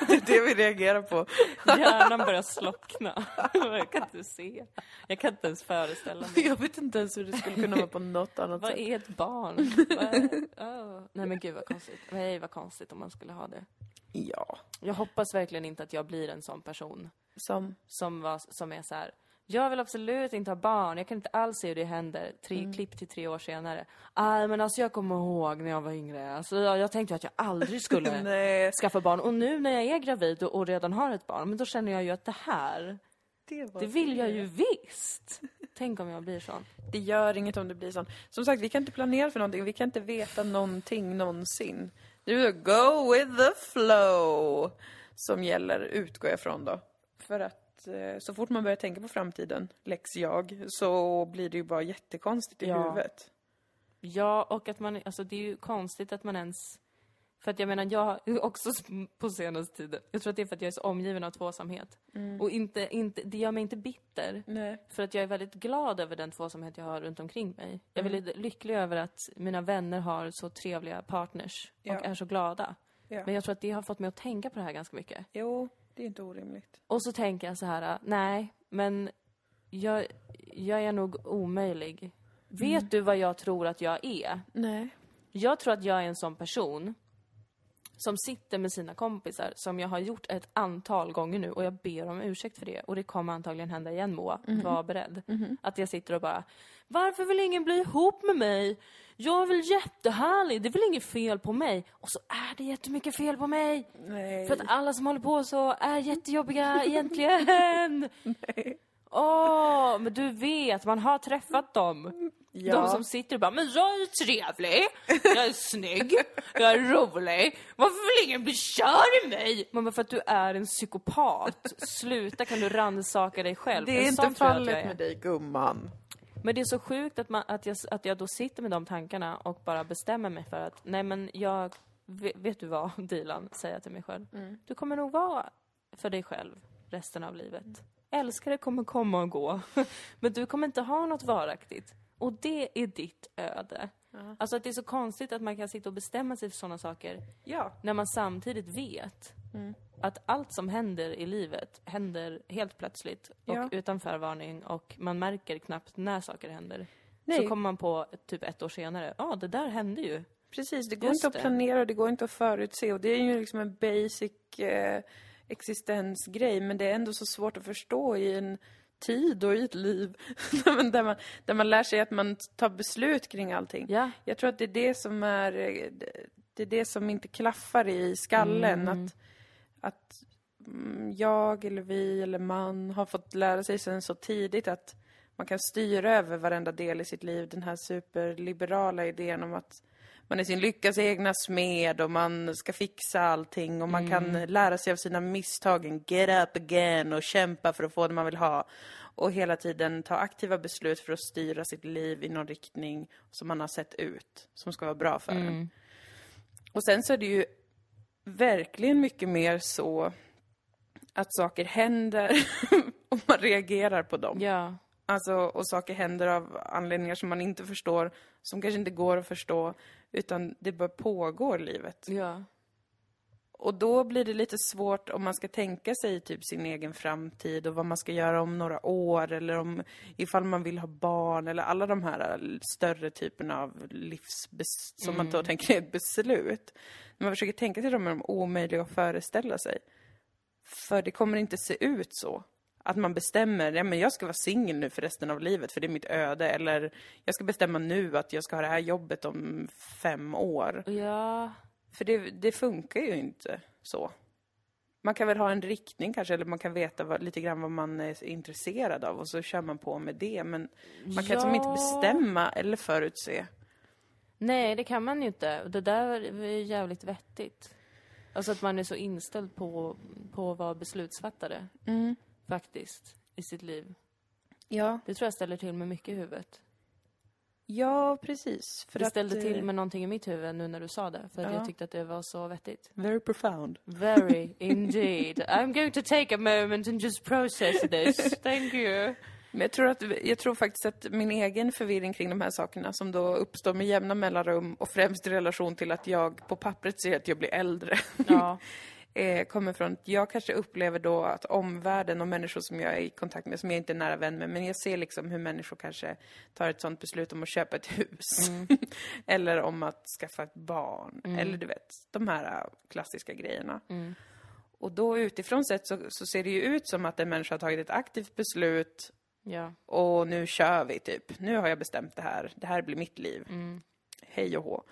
B: Det är det vi reagerar på.
A: hjärnan börjar slockna. <laughs> Jag kan inte se. Jag kan inte ens föreställa mig.
B: <laughs> Jag vet inte ens hur det skulle kunna vara på något annat
A: Vad
B: sätt.
A: är ett barn? Vad är- åh. Nej men gud vad konstigt. Nej vad konstigt om man skulle ha det.
B: Ja.
A: Jag hoppas verkligen inte att jag blir en sån person.
B: Som,
A: som, var, som är så här. Jag vill absolut inte ha barn, jag kan inte alls se hur det händer. Tre, Klipp till tre år senare. Nej men alltså jag kommer ihåg när jag var yngre, alltså, jag, jag tänkte ju att jag <laughs> aldrig skulle
B: nej,
A: skaffa barn. Och nu när jag är gravid och, och redan har ett barn, men då känner jag ju att det här,
B: det, var
A: det vill jag ju visst! Tänk om jag blir sån.
B: Det gör inget om det blir sånt. Som sagt, vi kan inte planera för någonting. Vi kan inte veta någonting någonsin. Du, go with the flow! Som gäller, utgår jag från då. För att eh, så fort man börjar tänka på framtiden, lex jag, så blir det ju bara jättekonstigt i
A: Ja.
B: huvudet.
A: Ja, och att man, alltså det är ju konstigt att man ens... För att jag menar, jag har ju också s- på senaste tiden, jag tror att det är för att jag är så omgiven av tvåsamhet. Och inte, inte, det gör mig inte bitter.
B: Nej.
A: För att jag är väldigt glad över den tvåsamhet jag har runt omkring mig. Jag är
B: Mm.
A: väldigt lycklig över att mina vänner har så trevliga partners och
B: Ja.
A: är så glada.
B: Ja.
A: Men jag tror att det har fått mig att tänka på det här ganska mycket.
B: Jo, det är inte orimligt.
A: Och så tänker jag så här, äh, nej, men jag, jag är nog omöjlig.
B: Mm.
A: Vet du vad jag tror att jag är?
B: Nej.
A: Jag tror att jag är en sån person som sitter med sina kompisar, som jag har gjort ett antal gånger nu och jag ber om ursäkt för det. Och det kommer antagligen hända igen Moa, var beredd. Att jag sitter och bara, varför vill ingen bli ihop med mig? Jag är väl jättehärlig, det är väl inget fel på mig? Och så är det jättemycket fel på mig!
B: Nej.
A: För att alla som håller på så är
B: <laughs>
A: jättejobbiga egentligen! Åh, men du vet, man har träffat dem. De som sitter och bara, men jag är ju trevlig, jag är snygg, jag är rolig. Varför vill ingen bli kär i mig? Man bara, för att du är en psykopat. Sluta kan du rannsaka dig själv.
B: Det är
A: En sån
B: inte
A: tror jag att jag
B: fallet
A: är.
B: med dig gumman.
A: Men det är så sjukt att, man, att, jag, att jag då sitter med de tankarna och bara bestämmer mig för att nej men jag, ve- vet du vad <laughs> Dilan, säger jag till mig själv. Du kommer nog vara för dig själv resten av livet. Älskare kommer komma och gå, <laughs> men du kommer inte ha något varaktigt. Och det är ditt öde. Alltså att det är så konstigt att man kan sitta och bestämma sig för sådana saker
B: Ja.
A: när man samtidigt vet
B: Mm.
A: att allt som händer i livet händer helt plötsligt och
B: Ja.
A: utan förvarning och man märker knappt när saker händer. Så
B: Nej.
A: kommer man på typ ett år senare, ja ah, det där hände ju.
B: Precis, det går
A: Just
B: inte att
A: det.
B: planera och det går inte att förutse och det är ju liksom en basic eh, existensgrej men det är ändå så svårt att förstå i en tid och i ett liv <laughs> där, man, där, man, där man lär sig att man tar beslut kring allting.
A: Ja.
B: Jag tror att det är det som är eh, det- det är det som inte klaffar i skallen
A: Mm.
B: att, att mm, jag eller vi eller man har fått lära sig sen så tidigt att man kan styra över varenda del i sitt liv. Den här superliberala idén om att man är sin lyckas egna smed och man ska fixa allting och man kan lära sig av sina misstag. and Get up again och kämpa för att få det man vill ha. Och hela tiden ta aktiva beslut för att styra sitt liv i någon riktning som man har sett ut, som ska vara bra för en. Och sen så är det ju verkligen mycket mer så att saker händer <laughs> och man reagerar på dem.
A: Ja.
B: Alltså, och saker händer av anledningar som man inte förstår, som kanske inte går att förstå, utan det bara pågår i livet.
A: ja.
B: Och då blir det lite svårt om man ska tänka sig typ sin egen framtid och vad man ska göra om några år eller om ifall man vill ha barn eller alla de här eh, större typerna av livs som man då tänker är ett beslut. När man försöker tänka sig dem är de omöjliga att föreställa sig. För det kommer inte se ut så. Att man bestämmer, ja men jag ska vara singel nu för resten av livet för det är mitt öde. Eller jag ska bestämma nu att jag ska ha det här jobbet om fem år.
A: Ja.
B: För det, det funkar ju inte så. Man kan väl ha en riktning kanske, eller man kan veta vad, lite grann vad man är intresserad av och så kör man på med det. Men man kan liksom inte
A: Ja.
B: bestämma eller förutse.
A: Nej, det kan man ju inte. Och Det där är ju jävligt vettigt. Alltså att man är så inställd på, på att vara beslutsfattare. Faktiskt. I sitt liv.
B: Ja,
A: Det tror jag ställer till med mycket i huvudet.
B: ja precis. För
A: det ställde
B: eh,
A: till med någonting i mitt huvud nu när du sa det. För att jag
B: Ja.
A: tyckte att det var så vettigt.
B: Very profound.
A: Very indeed. I'm going to take a moment and just process this. Thank you.
B: Men jag tror, att, jag tror faktiskt att min egen förvirring kring de här sakerna som då uppstår med jämna mellanrum och främst i relation till att jag på pappret ser att jag blir äldre. <laughs>
A: Ja.
B: eh, kommer från att jag kanske upplever då att omvärlden och människor som jag är i kontakt med, som jag inte är nära vän med, men jag ser liksom hur människor kanske tar ett sånt beslut om att köpa ett hus. <laughs> eller om att skaffa ett barn. Eller du vet, de här äh, klassiska grejerna. Och då utifrån sett så, så ser det ju ut som att en människa har tagit ett aktivt beslut
A: Ja.
B: och nu kör vi typ. Nu har jag bestämt det här. Det här blir mitt liv. Hej och hå.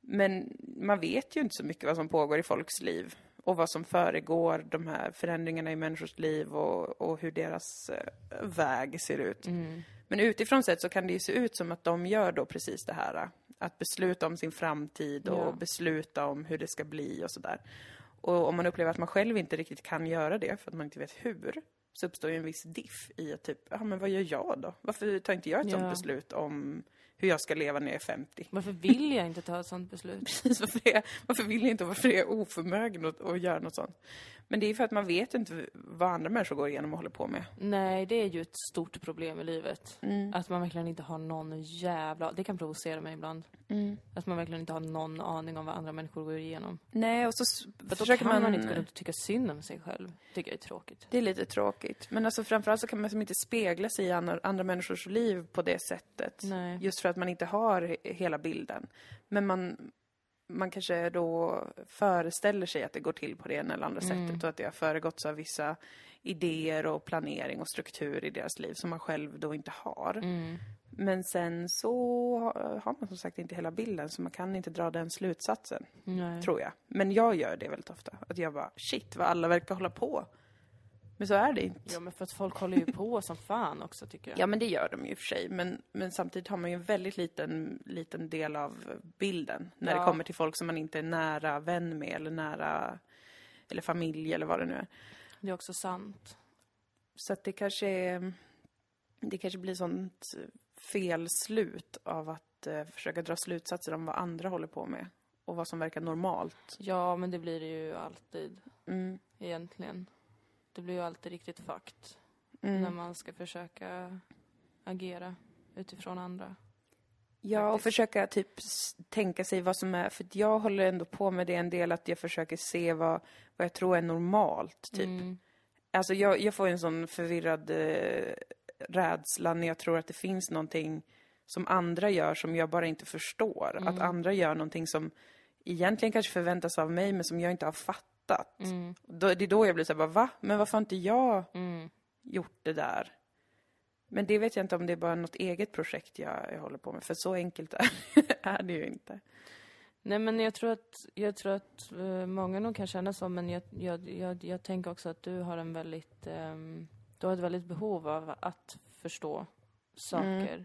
B: Men man vet ju inte så mycket vad som pågår i folks liv och vad som föregår de här förändringarna i människors liv och, och hur deras eh, väg ser ut. Men utifrån sett så kan det ju se ut som att de gör då precis det här. eh, Att besluta om sin framtid och
A: Ja.
B: besluta om hur det ska bli och sådär. Och om man upplever att man själv inte riktigt kan göra det för att man inte vet hur, så uppstår ju en viss diff i att typ, ja men vad gör jag då? Varför tar inte jag ett
A: Ja.
B: sånt beslut om hur jag ska leva när jag är <laughs> 50?
A: Varför vill jag inte ta ett sånt beslut?
B: Precis, varför, är, varför vill jag inte, varför är jag oförmögen att, att göra något sånt? Men det är för att man vet inte vad andra människor går igenom och håller på med.
A: Nej, det är ju ett stort problem i livet.
B: Mm.
A: Att man verkligen inte har någon jävla... Det kan provocera mig ibland.
B: Mm.
A: Att man verkligen inte har någon aning om vad andra människor går igenom.
B: Nej, och så s-
A: För då
B: försöker
A: kan man,
B: man...
A: inte gå runt och tycka synd om sig själv. tycker jag är tråkigt.
B: Det är lite tråkigt. Men alltså framförallt så kan man som inte spegla sig i andra, andra människors liv på det sättet.
A: Nej.
B: Just för att man inte har he- hela bilden. Men man, man kanske då föreställer sig att det går till på det ena eller andra
A: Mm.
B: sättet och att det har föregåtts av vissa idéer och planering och struktur i deras liv som man själv då inte har.
A: Mm.
B: Men sen så har- har man som sagt inte hela bilden så man kan inte dra den slutsatsen, tror jag. Men jag gör det väldigt ofta. Att jag bara, shit vad alla verkar hålla på. Men så är det inte.
A: Ja, men för att folk håller ju på som fan också tycker jag.
B: Ja, men det gör de ju i och för sig. Men, men samtidigt har man ju en väldigt liten, liten del av bilden när det
A: Ja.
B: kommer till folk som man inte är nära vän med eller nära eller familj eller vad det nu är.
A: Det är också sant.
B: Så att det kanske är, det kanske blir sånt fel slut av att eh, försöka dra slutsatser om vad andra håller på med och vad som verkar normalt.
A: Ja, men det blir det ju alltid
B: Mm.
A: egentligen. Det blir ju alltid riktigt fucked när
B: Mm.
A: man ska försöka agera utifrån andra.
B: Ja, och
A: faktiskt.
B: försöka typ s- tänka sig vad som är, för att jag håller ändå på med det en del att jag försöker se vad, vad jag tror är normalt, typ.
A: Mm.
B: Alltså jag, jag får en sån förvirrad eh, rädsla när jag tror att det finns någonting som andra gör som jag bara inte förstår.
A: Mm.
B: Att andra gör någonting som egentligen kanske förväntas av mig men som jag inte har fattat.
A: Mm.
B: Då, det är då jag blir såhär, bara, va? Men varför har inte jag gjort det där? Men det vet jag inte om det är bara något eget projekt jag, jag håller på med, för så enkelt <laughs> är, är det ju inte.
A: Nej men jag tror att, jag tror att eh, många nog kan känna så men jag, jag, jag, jag tänker också att du har en väldigt, ehm, du har ett väldigt behov av att förstå saker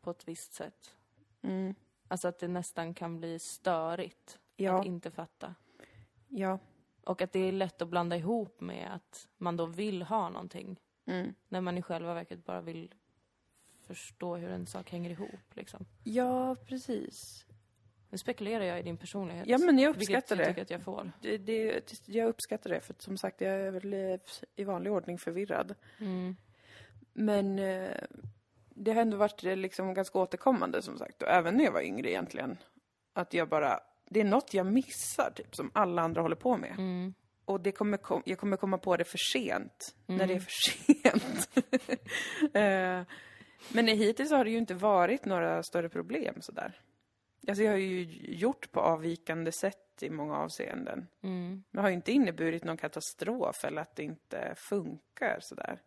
A: på ett visst sätt.
B: Mm.
A: Alltså att det nästan kan bli störigt
B: Ja,
A: att inte fatta.
B: ja.
A: Och att det är lätt att blanda ihop med att man då vill ha någonting
B: Mm.
A: när man i själva verket bara vill förstå hur en sak hänger ihop liksom.
B: Ja, precis.
A: Nu spekulerar jag i din personlighet.
B: Ja, men jag
A: vilket
B: uppskattar
A: jag
B: det.
A: tycker att jag får.
B: det, det, jag uppskattar det, för att som sagt, jag är väl eh, i vanlig ordning förvirrad. Men eh, det har ändå varit eh, liksom ganska återkommande, som sagt, och även när jag var yngre egentligen. Att jag bara, det är något jag missar, typ, som alla andra håller på med. Och det kommer kom, jag kommer komma på det för sent, när det är för <laughs> sent. eh, men hittills har det ju inte varit några större problem sådär. Alltså jag har ju gjort på avvikande sätt i många avseenden.
A: Mm.
B: Men det har ju inte inneburit någon katastrof eller att det inte funkar sådär.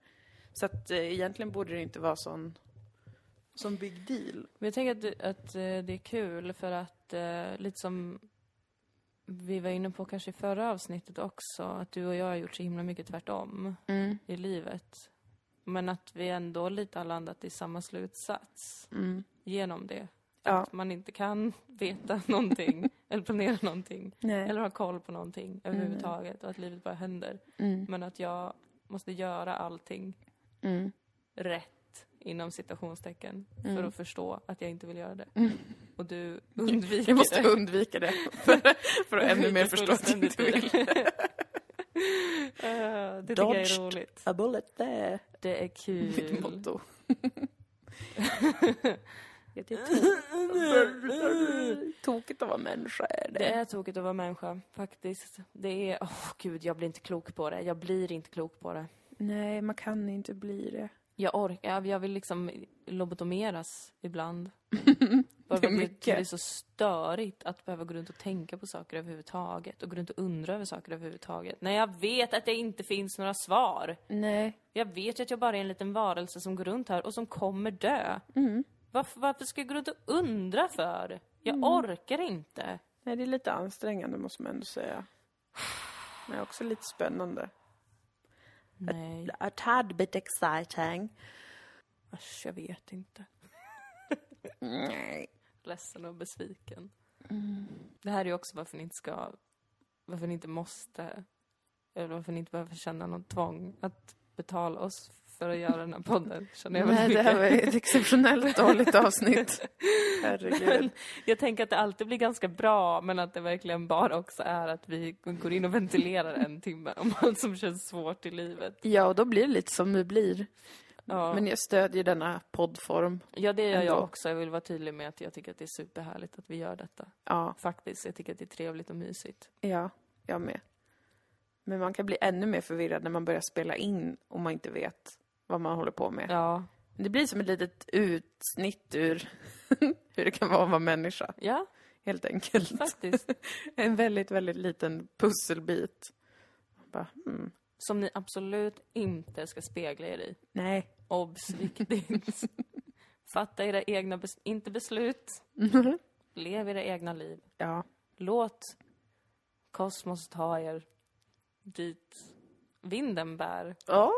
B: Så att eh, egentligen borde det inte vara sån, sån big deal.
A: Men jag tänker att, det- att eh, det är kul för att eh, lite som vi var inne på kanske i förra avsnittet också, att du och jag har gjort så himla mycket tvärtom i livet. Men att vi ändå lite har landat i samma slutsats genom det.
B: Ja.
A: Att man inte kan <laughs> veta någonting eller planera någonting
B: Nej.
A: eller ha koll på någonting överhuvudtaget och att livet bara händer.
B: Mm,
A: Men att jag måste göra allting rätt inom citationstecken för att förstå att jag inte vill göra det. Och <laughs> du undviker
B: Jag måste undvika <laughs> det för, för att ännu mer förstå att jag
A: fullständigt
B: inte vill.
A: det. <laughs> Eh, det tycker jag är
B: Dodged.
A: roligt.
B: A bullet there,
A: Det är
B: mitt
A: kul.
B: motto. Jag tycker Tokigt att vara människa är det.
A: Det är tokigt att vara människa, faktiskt. Det är... Åh, gud, jag blir inte klok på det. Jag blir inte klok på det.
B: Nej, man kan inte bli det.
A: Jag orkar, jag vill liksom lobotomeras <laughs> ibland. Bara för
B: Det är
A: att det,
B: mycket.
A: det är så störigt att behöva gå runt och tänka på saker överhuvudtaget och gå runt och undra över saker överhuvudtaget. När jag vet att det inte finns några svar.
B: Nej.
A: Jag vet ju att jag bara är en liten varelse som går runt här och som kommer dö. Varför, varför ska jag gå runt och undra för? Jag orkar inte.
B: Nej, det är lite ansträngande måste man ändå säga. Men också lite spännande.
A: Nej,
B: A tad bit exciting.
A: asch, jag vet inte.
B: Nej.
A: ledsen och besviken.
B: Mm.
A: Det här är ju också varför ni inte ska, varför ni inte måste, eller varför ni inte behöver känna något tvång att betala oss för att göra den här
B: <laughs>
A: podden, känner jag
B: Nej,
A: väldigt
B: det här
A: mycket.
B: var ett <laughs> exceptionellt dåligt avsnitt. Herregud.
A: Jag tänker att det alltid blir ganska bra, men att det verkligen bara också är att vi går in och ventilerar en timme om allt som känns svårt i livet.
B: Ja, och då blir det lite som det blir.
A: Ja,
B: Men jag stödjer denna poddform.
A: ja det gör jag
B: ändå.
A: också. Jag vill vara tydlig med att jag tycker att det är superhärligt att vi gör detta.
B: Ja,
A: Faktiskt, jag tycker att det är trevligt och mysigt.
B: ja, jag med. Men man kan bli ännu mer förvirrad när man börjar spela in och man inte vet vad man håller på med.
A: Ja,
B: <laughs> Men Det blir som ett litet utsnitt ur hur det kan vara att vara människa.
A: ja
B: helt enkelt.
A: Faktiskt.
B: <laughs> En väldigt, väldigt liten pusselbit. Man Bara, hmm,
A: Som ni absolut inte ska spegla er i.
B: nej.
A: Obs, viktigt. Fatta era egna, bes- inte beslut. Lev era egna liv.
B: Ja.
A: Låt kosmos ta er dit vinden bär.
B: Ja,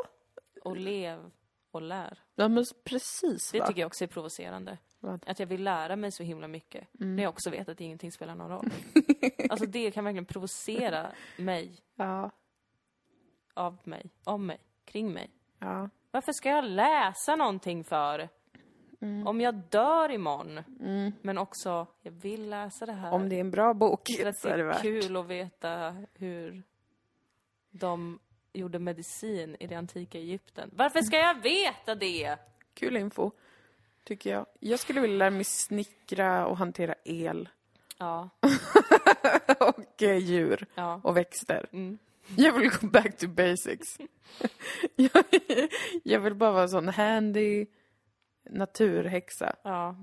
A: Och lev och lär.
B: ja men precis
A: Det
B: va?
A: tycker jag också är provocerande.
B: Vad?
A: Att jag vill lära mig så himla mycket. När jag också vet att ingenting spelar någon roll. alltså det kan verkligen provocera mig,
B: Ja,
A: av mig, om mig, kring mig.
B: ja.
A: Varför ska jag läsa någonting för?
B: Mm.
A: Om jag dör imorgon. Men också, jag vill läsa det här.
B: Om det är en bra bok
A: För att
B: så är det värt.
A: kul att veta hur de gjorde medicin i det antika Egypten. Varför ska jag veta det?
B: Kul info, tycker jag. Jag skulle vilja lära mig snickra och hantera el
A: Ja,
B: <laughs> och eh, djur
A: ja.
B: och växter.
A: Mm.
B: Jag vill gå back to basics. <laughs> jag, jag vill bara vara en sån handy naturhäxa.
A: Ja.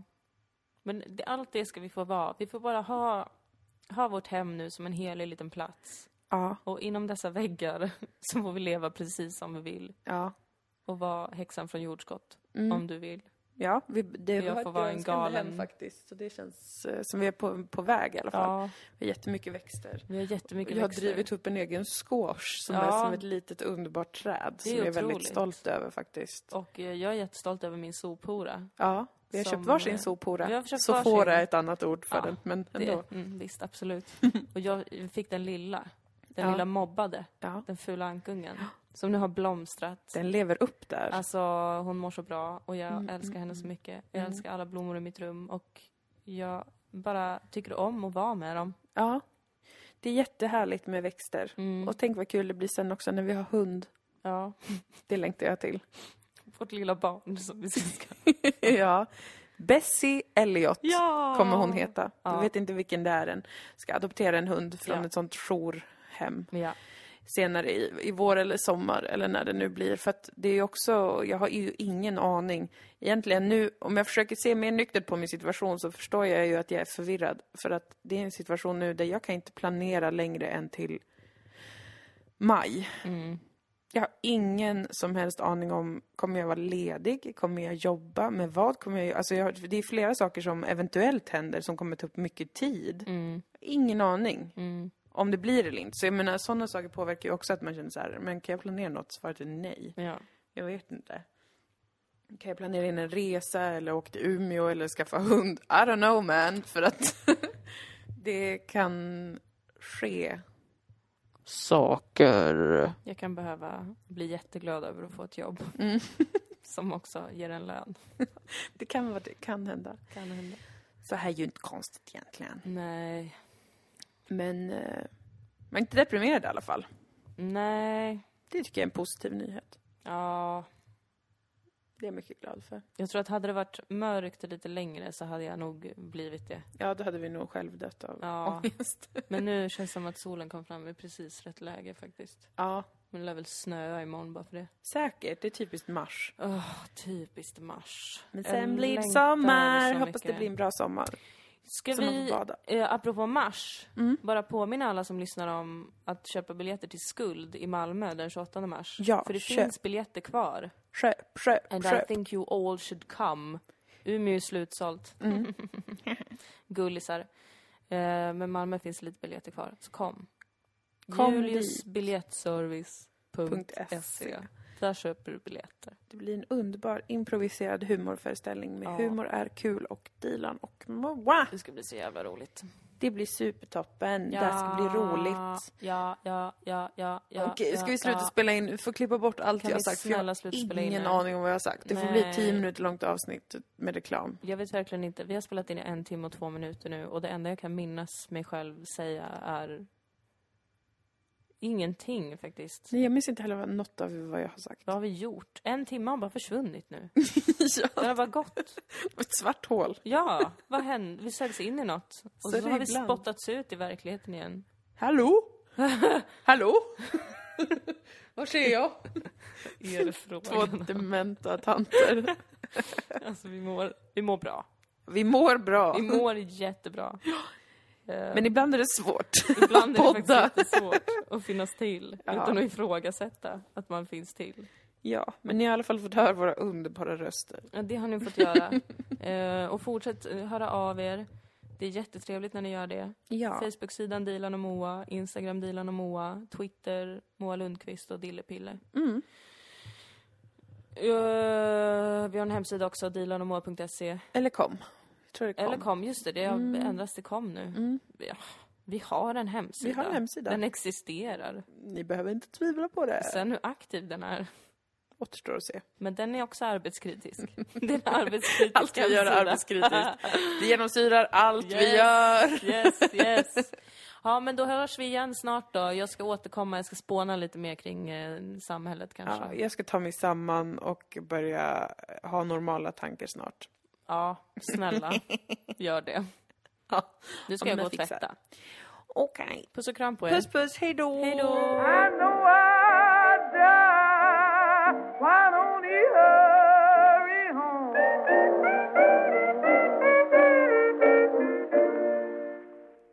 A: Men det, allt det ska vi få vara. Vi får bara ha, ha vårt hem nu som en helig liten plats.
B: Ja,
A: Och inom dessa väggar <laughs> så får vi leva precis som vi vill.
B: ja.
A: Och vara häxan från jordskott,
B: Mm.
A: om du vill.
B: Ja, vi, det
A: Jag
B: var
A: får
B: ett
A: vara en
B: grönskande
A: galen-
B: hem faktiskt. Så det känns eh, som vi är på, på väg i alla fall.
A: Ja,
B: Vi har jättemycket växter.
A: vi har jättemycket
B: jag har
A: växter.
B: drivit upp en egen squash som
A: Ja.
B: är som ett litet underbart träd
A: Det är
B: som jag är väldigt
A: otroligt.
B: stolt över faktiskt.
A: Och eh, jag är jättestolt över min sophora.
B: Ja, vi har
A: Som,
B: köpt varsin
A: eh,
B: sopora.
A: vi har köpt
B: Sofora
A: varsin.
B: är ett annat ord för
A: Ja,
B: den, men ändå.
A: Det, mm, visst, absolut. <laughs> Och jag fick den lilla. Den
B: Ja.
A: lilla mobbade.
B: Ja.
A: Den fula ankungen. Som nu har blomstrat.
B: Den lever upp där.
A: Alltså, hon mår så bra och jag älskar henne så mycket. Jag älskar alla blommor i mitt rum och jag bara tycker om att vara med dem.
B: Ja. Det är jättehärligt med växter.
A: Mm.
B: Och tänk vad kul det blir sen också när vi har hund.
A: Ja, <laughs>
B: Det längtar jag till. <laughs>
A: vårt lilla barn som vi ska...
B: ja. Bessie Elliot
A: Ja!
B: kommer hon heta.
A: Ja.
B: Jag vet inte vilken det är än. Ska adoptera en hund från
A: Ja.
B: ett sånt jourhem.
A: <laughs> Ja.
B: senare i, i vår eller sommar eller när det nu blir. För att det är ju också, jag har ju ingen aning. Egentligen nu, om jag försöker se mer nyktert på min situation så förstår jag ju att jag är förvirrad. För att det är en situation nu där jag kan inte planera längre än till maj. Jag har ingen som helst aning om, kommer jag vara ledig? Kommer jag jobba? Med vad kommer jag Alltså jag, har- det är flera saker som eventuellt händer som kommer ta upp mycket tid. Ingen aning om det blir eller inte. Så jag menar, sådana saker påverkar ju också att man känner så här, men kan jag planera något? Svaret är nej.
A: Ja.
B: Jag vet inte. Kan jag planera in en resa eller åka till Umeå eller skaffa hund? I don't know man, för att <laughs> det kan ske. Saker.
A: Jag kan behöva bli jätteglad över att få ett jobb. <laughs> som också ger en lön.
B: Det kan, vara, det kan hända.
A: Kan hända.
B: Så här är ju inte konstigt egentligen.
A: Nej.
B: Men eh, man är inte deprimerad i alla fall.
A: Nej.
B: Det tycker jag är en positiv nyhet.
A: Ja.
B: Det är jag mycket glad för.
A: Jag tror att hade det varit mörkt lite längre så hade jag nog blivit det.
B: Ja, då hade vi nog själv dött av
A: Ja.
B: ångest. <laughs>
A: Men nu känns det som att solen kom fram i precis rätt läge faktiskt.
B: Ja,
A: Men det lär väl snöa imorgon bara för det.
B: Säkert, det är typiskt mars.
A: Åh, typiskt mars.
B: Men
A: Jag
B: sen blir det
A: längtar
B: sommar!
A: så
B: Hoppas det
A: mycket.
B: blir en bra sommar.
A: Ska
B: så man får
A: vi,
B: bada. Mm.
A: eh, apropå mars, bara påminna alla som lyssnar om att köpa biljetter till Skuld i Malmö den 28 mars.
B: Ja,
A: För det
B: köp.
A: finns biljetter kvar.
B: Köp, köp,
A: And I
B: köp.
A: think you all should come. Umeå är slutsålt.
B: Mm.
A: <laughs> Gullisar. Eh, men Malmö finns lite biljetter kvar, så kom.
B: Kom E.
A: Juliusbiljettservice.se E. Där köper du biljetter.
B: Det blir en underbar improviserad humorföreställning med
A: Ja.
B: Humor är kul och Dilan och Moa.
A: Det ska bli så jävla roligt.
B: Det blir supertoppen. Det här ska bli roligt.
A: Ja, ja, ja, ja, ja.
B: Okej, ska
A: ja,
B: vi sluta
A: ja.
B: spela in? Du får klippa bort allt
A: Kan
B: jag har
A: vi
B: sagt. för jag
A: snälla
B: har
A: sluta spela in
B: ingen
A: nu?
B: aning om vad jag har sagt. Det får bli
A: Nej.
B: tio minuter långt avsnitt med reklam.
A: Jag vet verkligen inte. Vi har spelat in i en timme och två minuter nu och det enda jag kan minnas mig själv säga är ingenting faktiskt.
B: Nej, jag minns inte heller vad- något av vad jag har sagt.
A: Vad har vi gjort? En timme har bara försvunnit nu.
B: <laughs> ja,
A: Den har bara
B: <laughs>
A: gått.
B: ett svart hål.
A: Ja, vad hände? Vi sögs in i något. Och
B: Så
A: så,
B: det är
A: har vi
B: ibland.
A: spottats ut i verkligheten igen.
B: Hallå? Hallå? <laughs> Var ser jag?
A: Är det
B: <laughs> <laughs> Två
A: frågan?
B: dementa tanter.
A: Alltså vi mår, vi mår bra.
B: Vi mår bra. <laughs>
A: Vi mår jättebra. Eh,
B: Men ibland är det svårt <laughs>
A: Ibland är
B: att
A: det
B: podda.
A: faktiskt jättesvårt att finnas till
B: <laughs> Ja.
A: utan att ifrågasätta att man finns till.
B: Ja, men ni har i alla fall fått höra våra underbara röster.
A: Ja, det har ni fått göra.
B: <laughs>
A: Eh, och fortsätt eh, höra av er. Det är jättetrevligt när ni gör det.
B: Ja.
A: Facebook-sidan Dilan och Moa, Instagram Dilan och Moa, Twitter Moa Lundqvist och Dillepille.
B: Mm.
A: Eh, vi har en hemsida också, dilanomoa.se.
B: Eller kom. Jag tror det kom.
A: Eller kom, just det, det har ändrats till kom nu.
B: Mm.
A: Ja, vi har en hemsida.
B: Vi har en hemsida.
A: Den existerar.
B: Ni behöver inte tvivla på det.
A: Sen hur aktiv den är.
B: Återstår att se.
A: Men den är också
B: <laughs>
A: arbetskritisk. Det är en arbetskritisk
B: Allt vi gör är
A: hemsida.
B: arbetskritiskt. Det genomsyrar allt
A: Yes.
B: vi
A: <laughs>
B: gör.
A: Yes, yes. Ja, men då hörs vi igen snart då. Jag ska återkomma, jag ska spåna lite mer kring eh, samhället kanske.
B: Ja, jag ska ta mig samman och börja ha normala tankar snart.
A: Ja, snälla,
B: <laughs>
A: gör det.
B: Ja.
A: Nu ska
B: Ja,
A: jag
B: men
A: gå
B: jag
A: och
B: fixar.
A: tvätta.
B: Okej.
A: Puss och kram på er.
B: Puss puss, hej då!
A: Hej då!
E: I know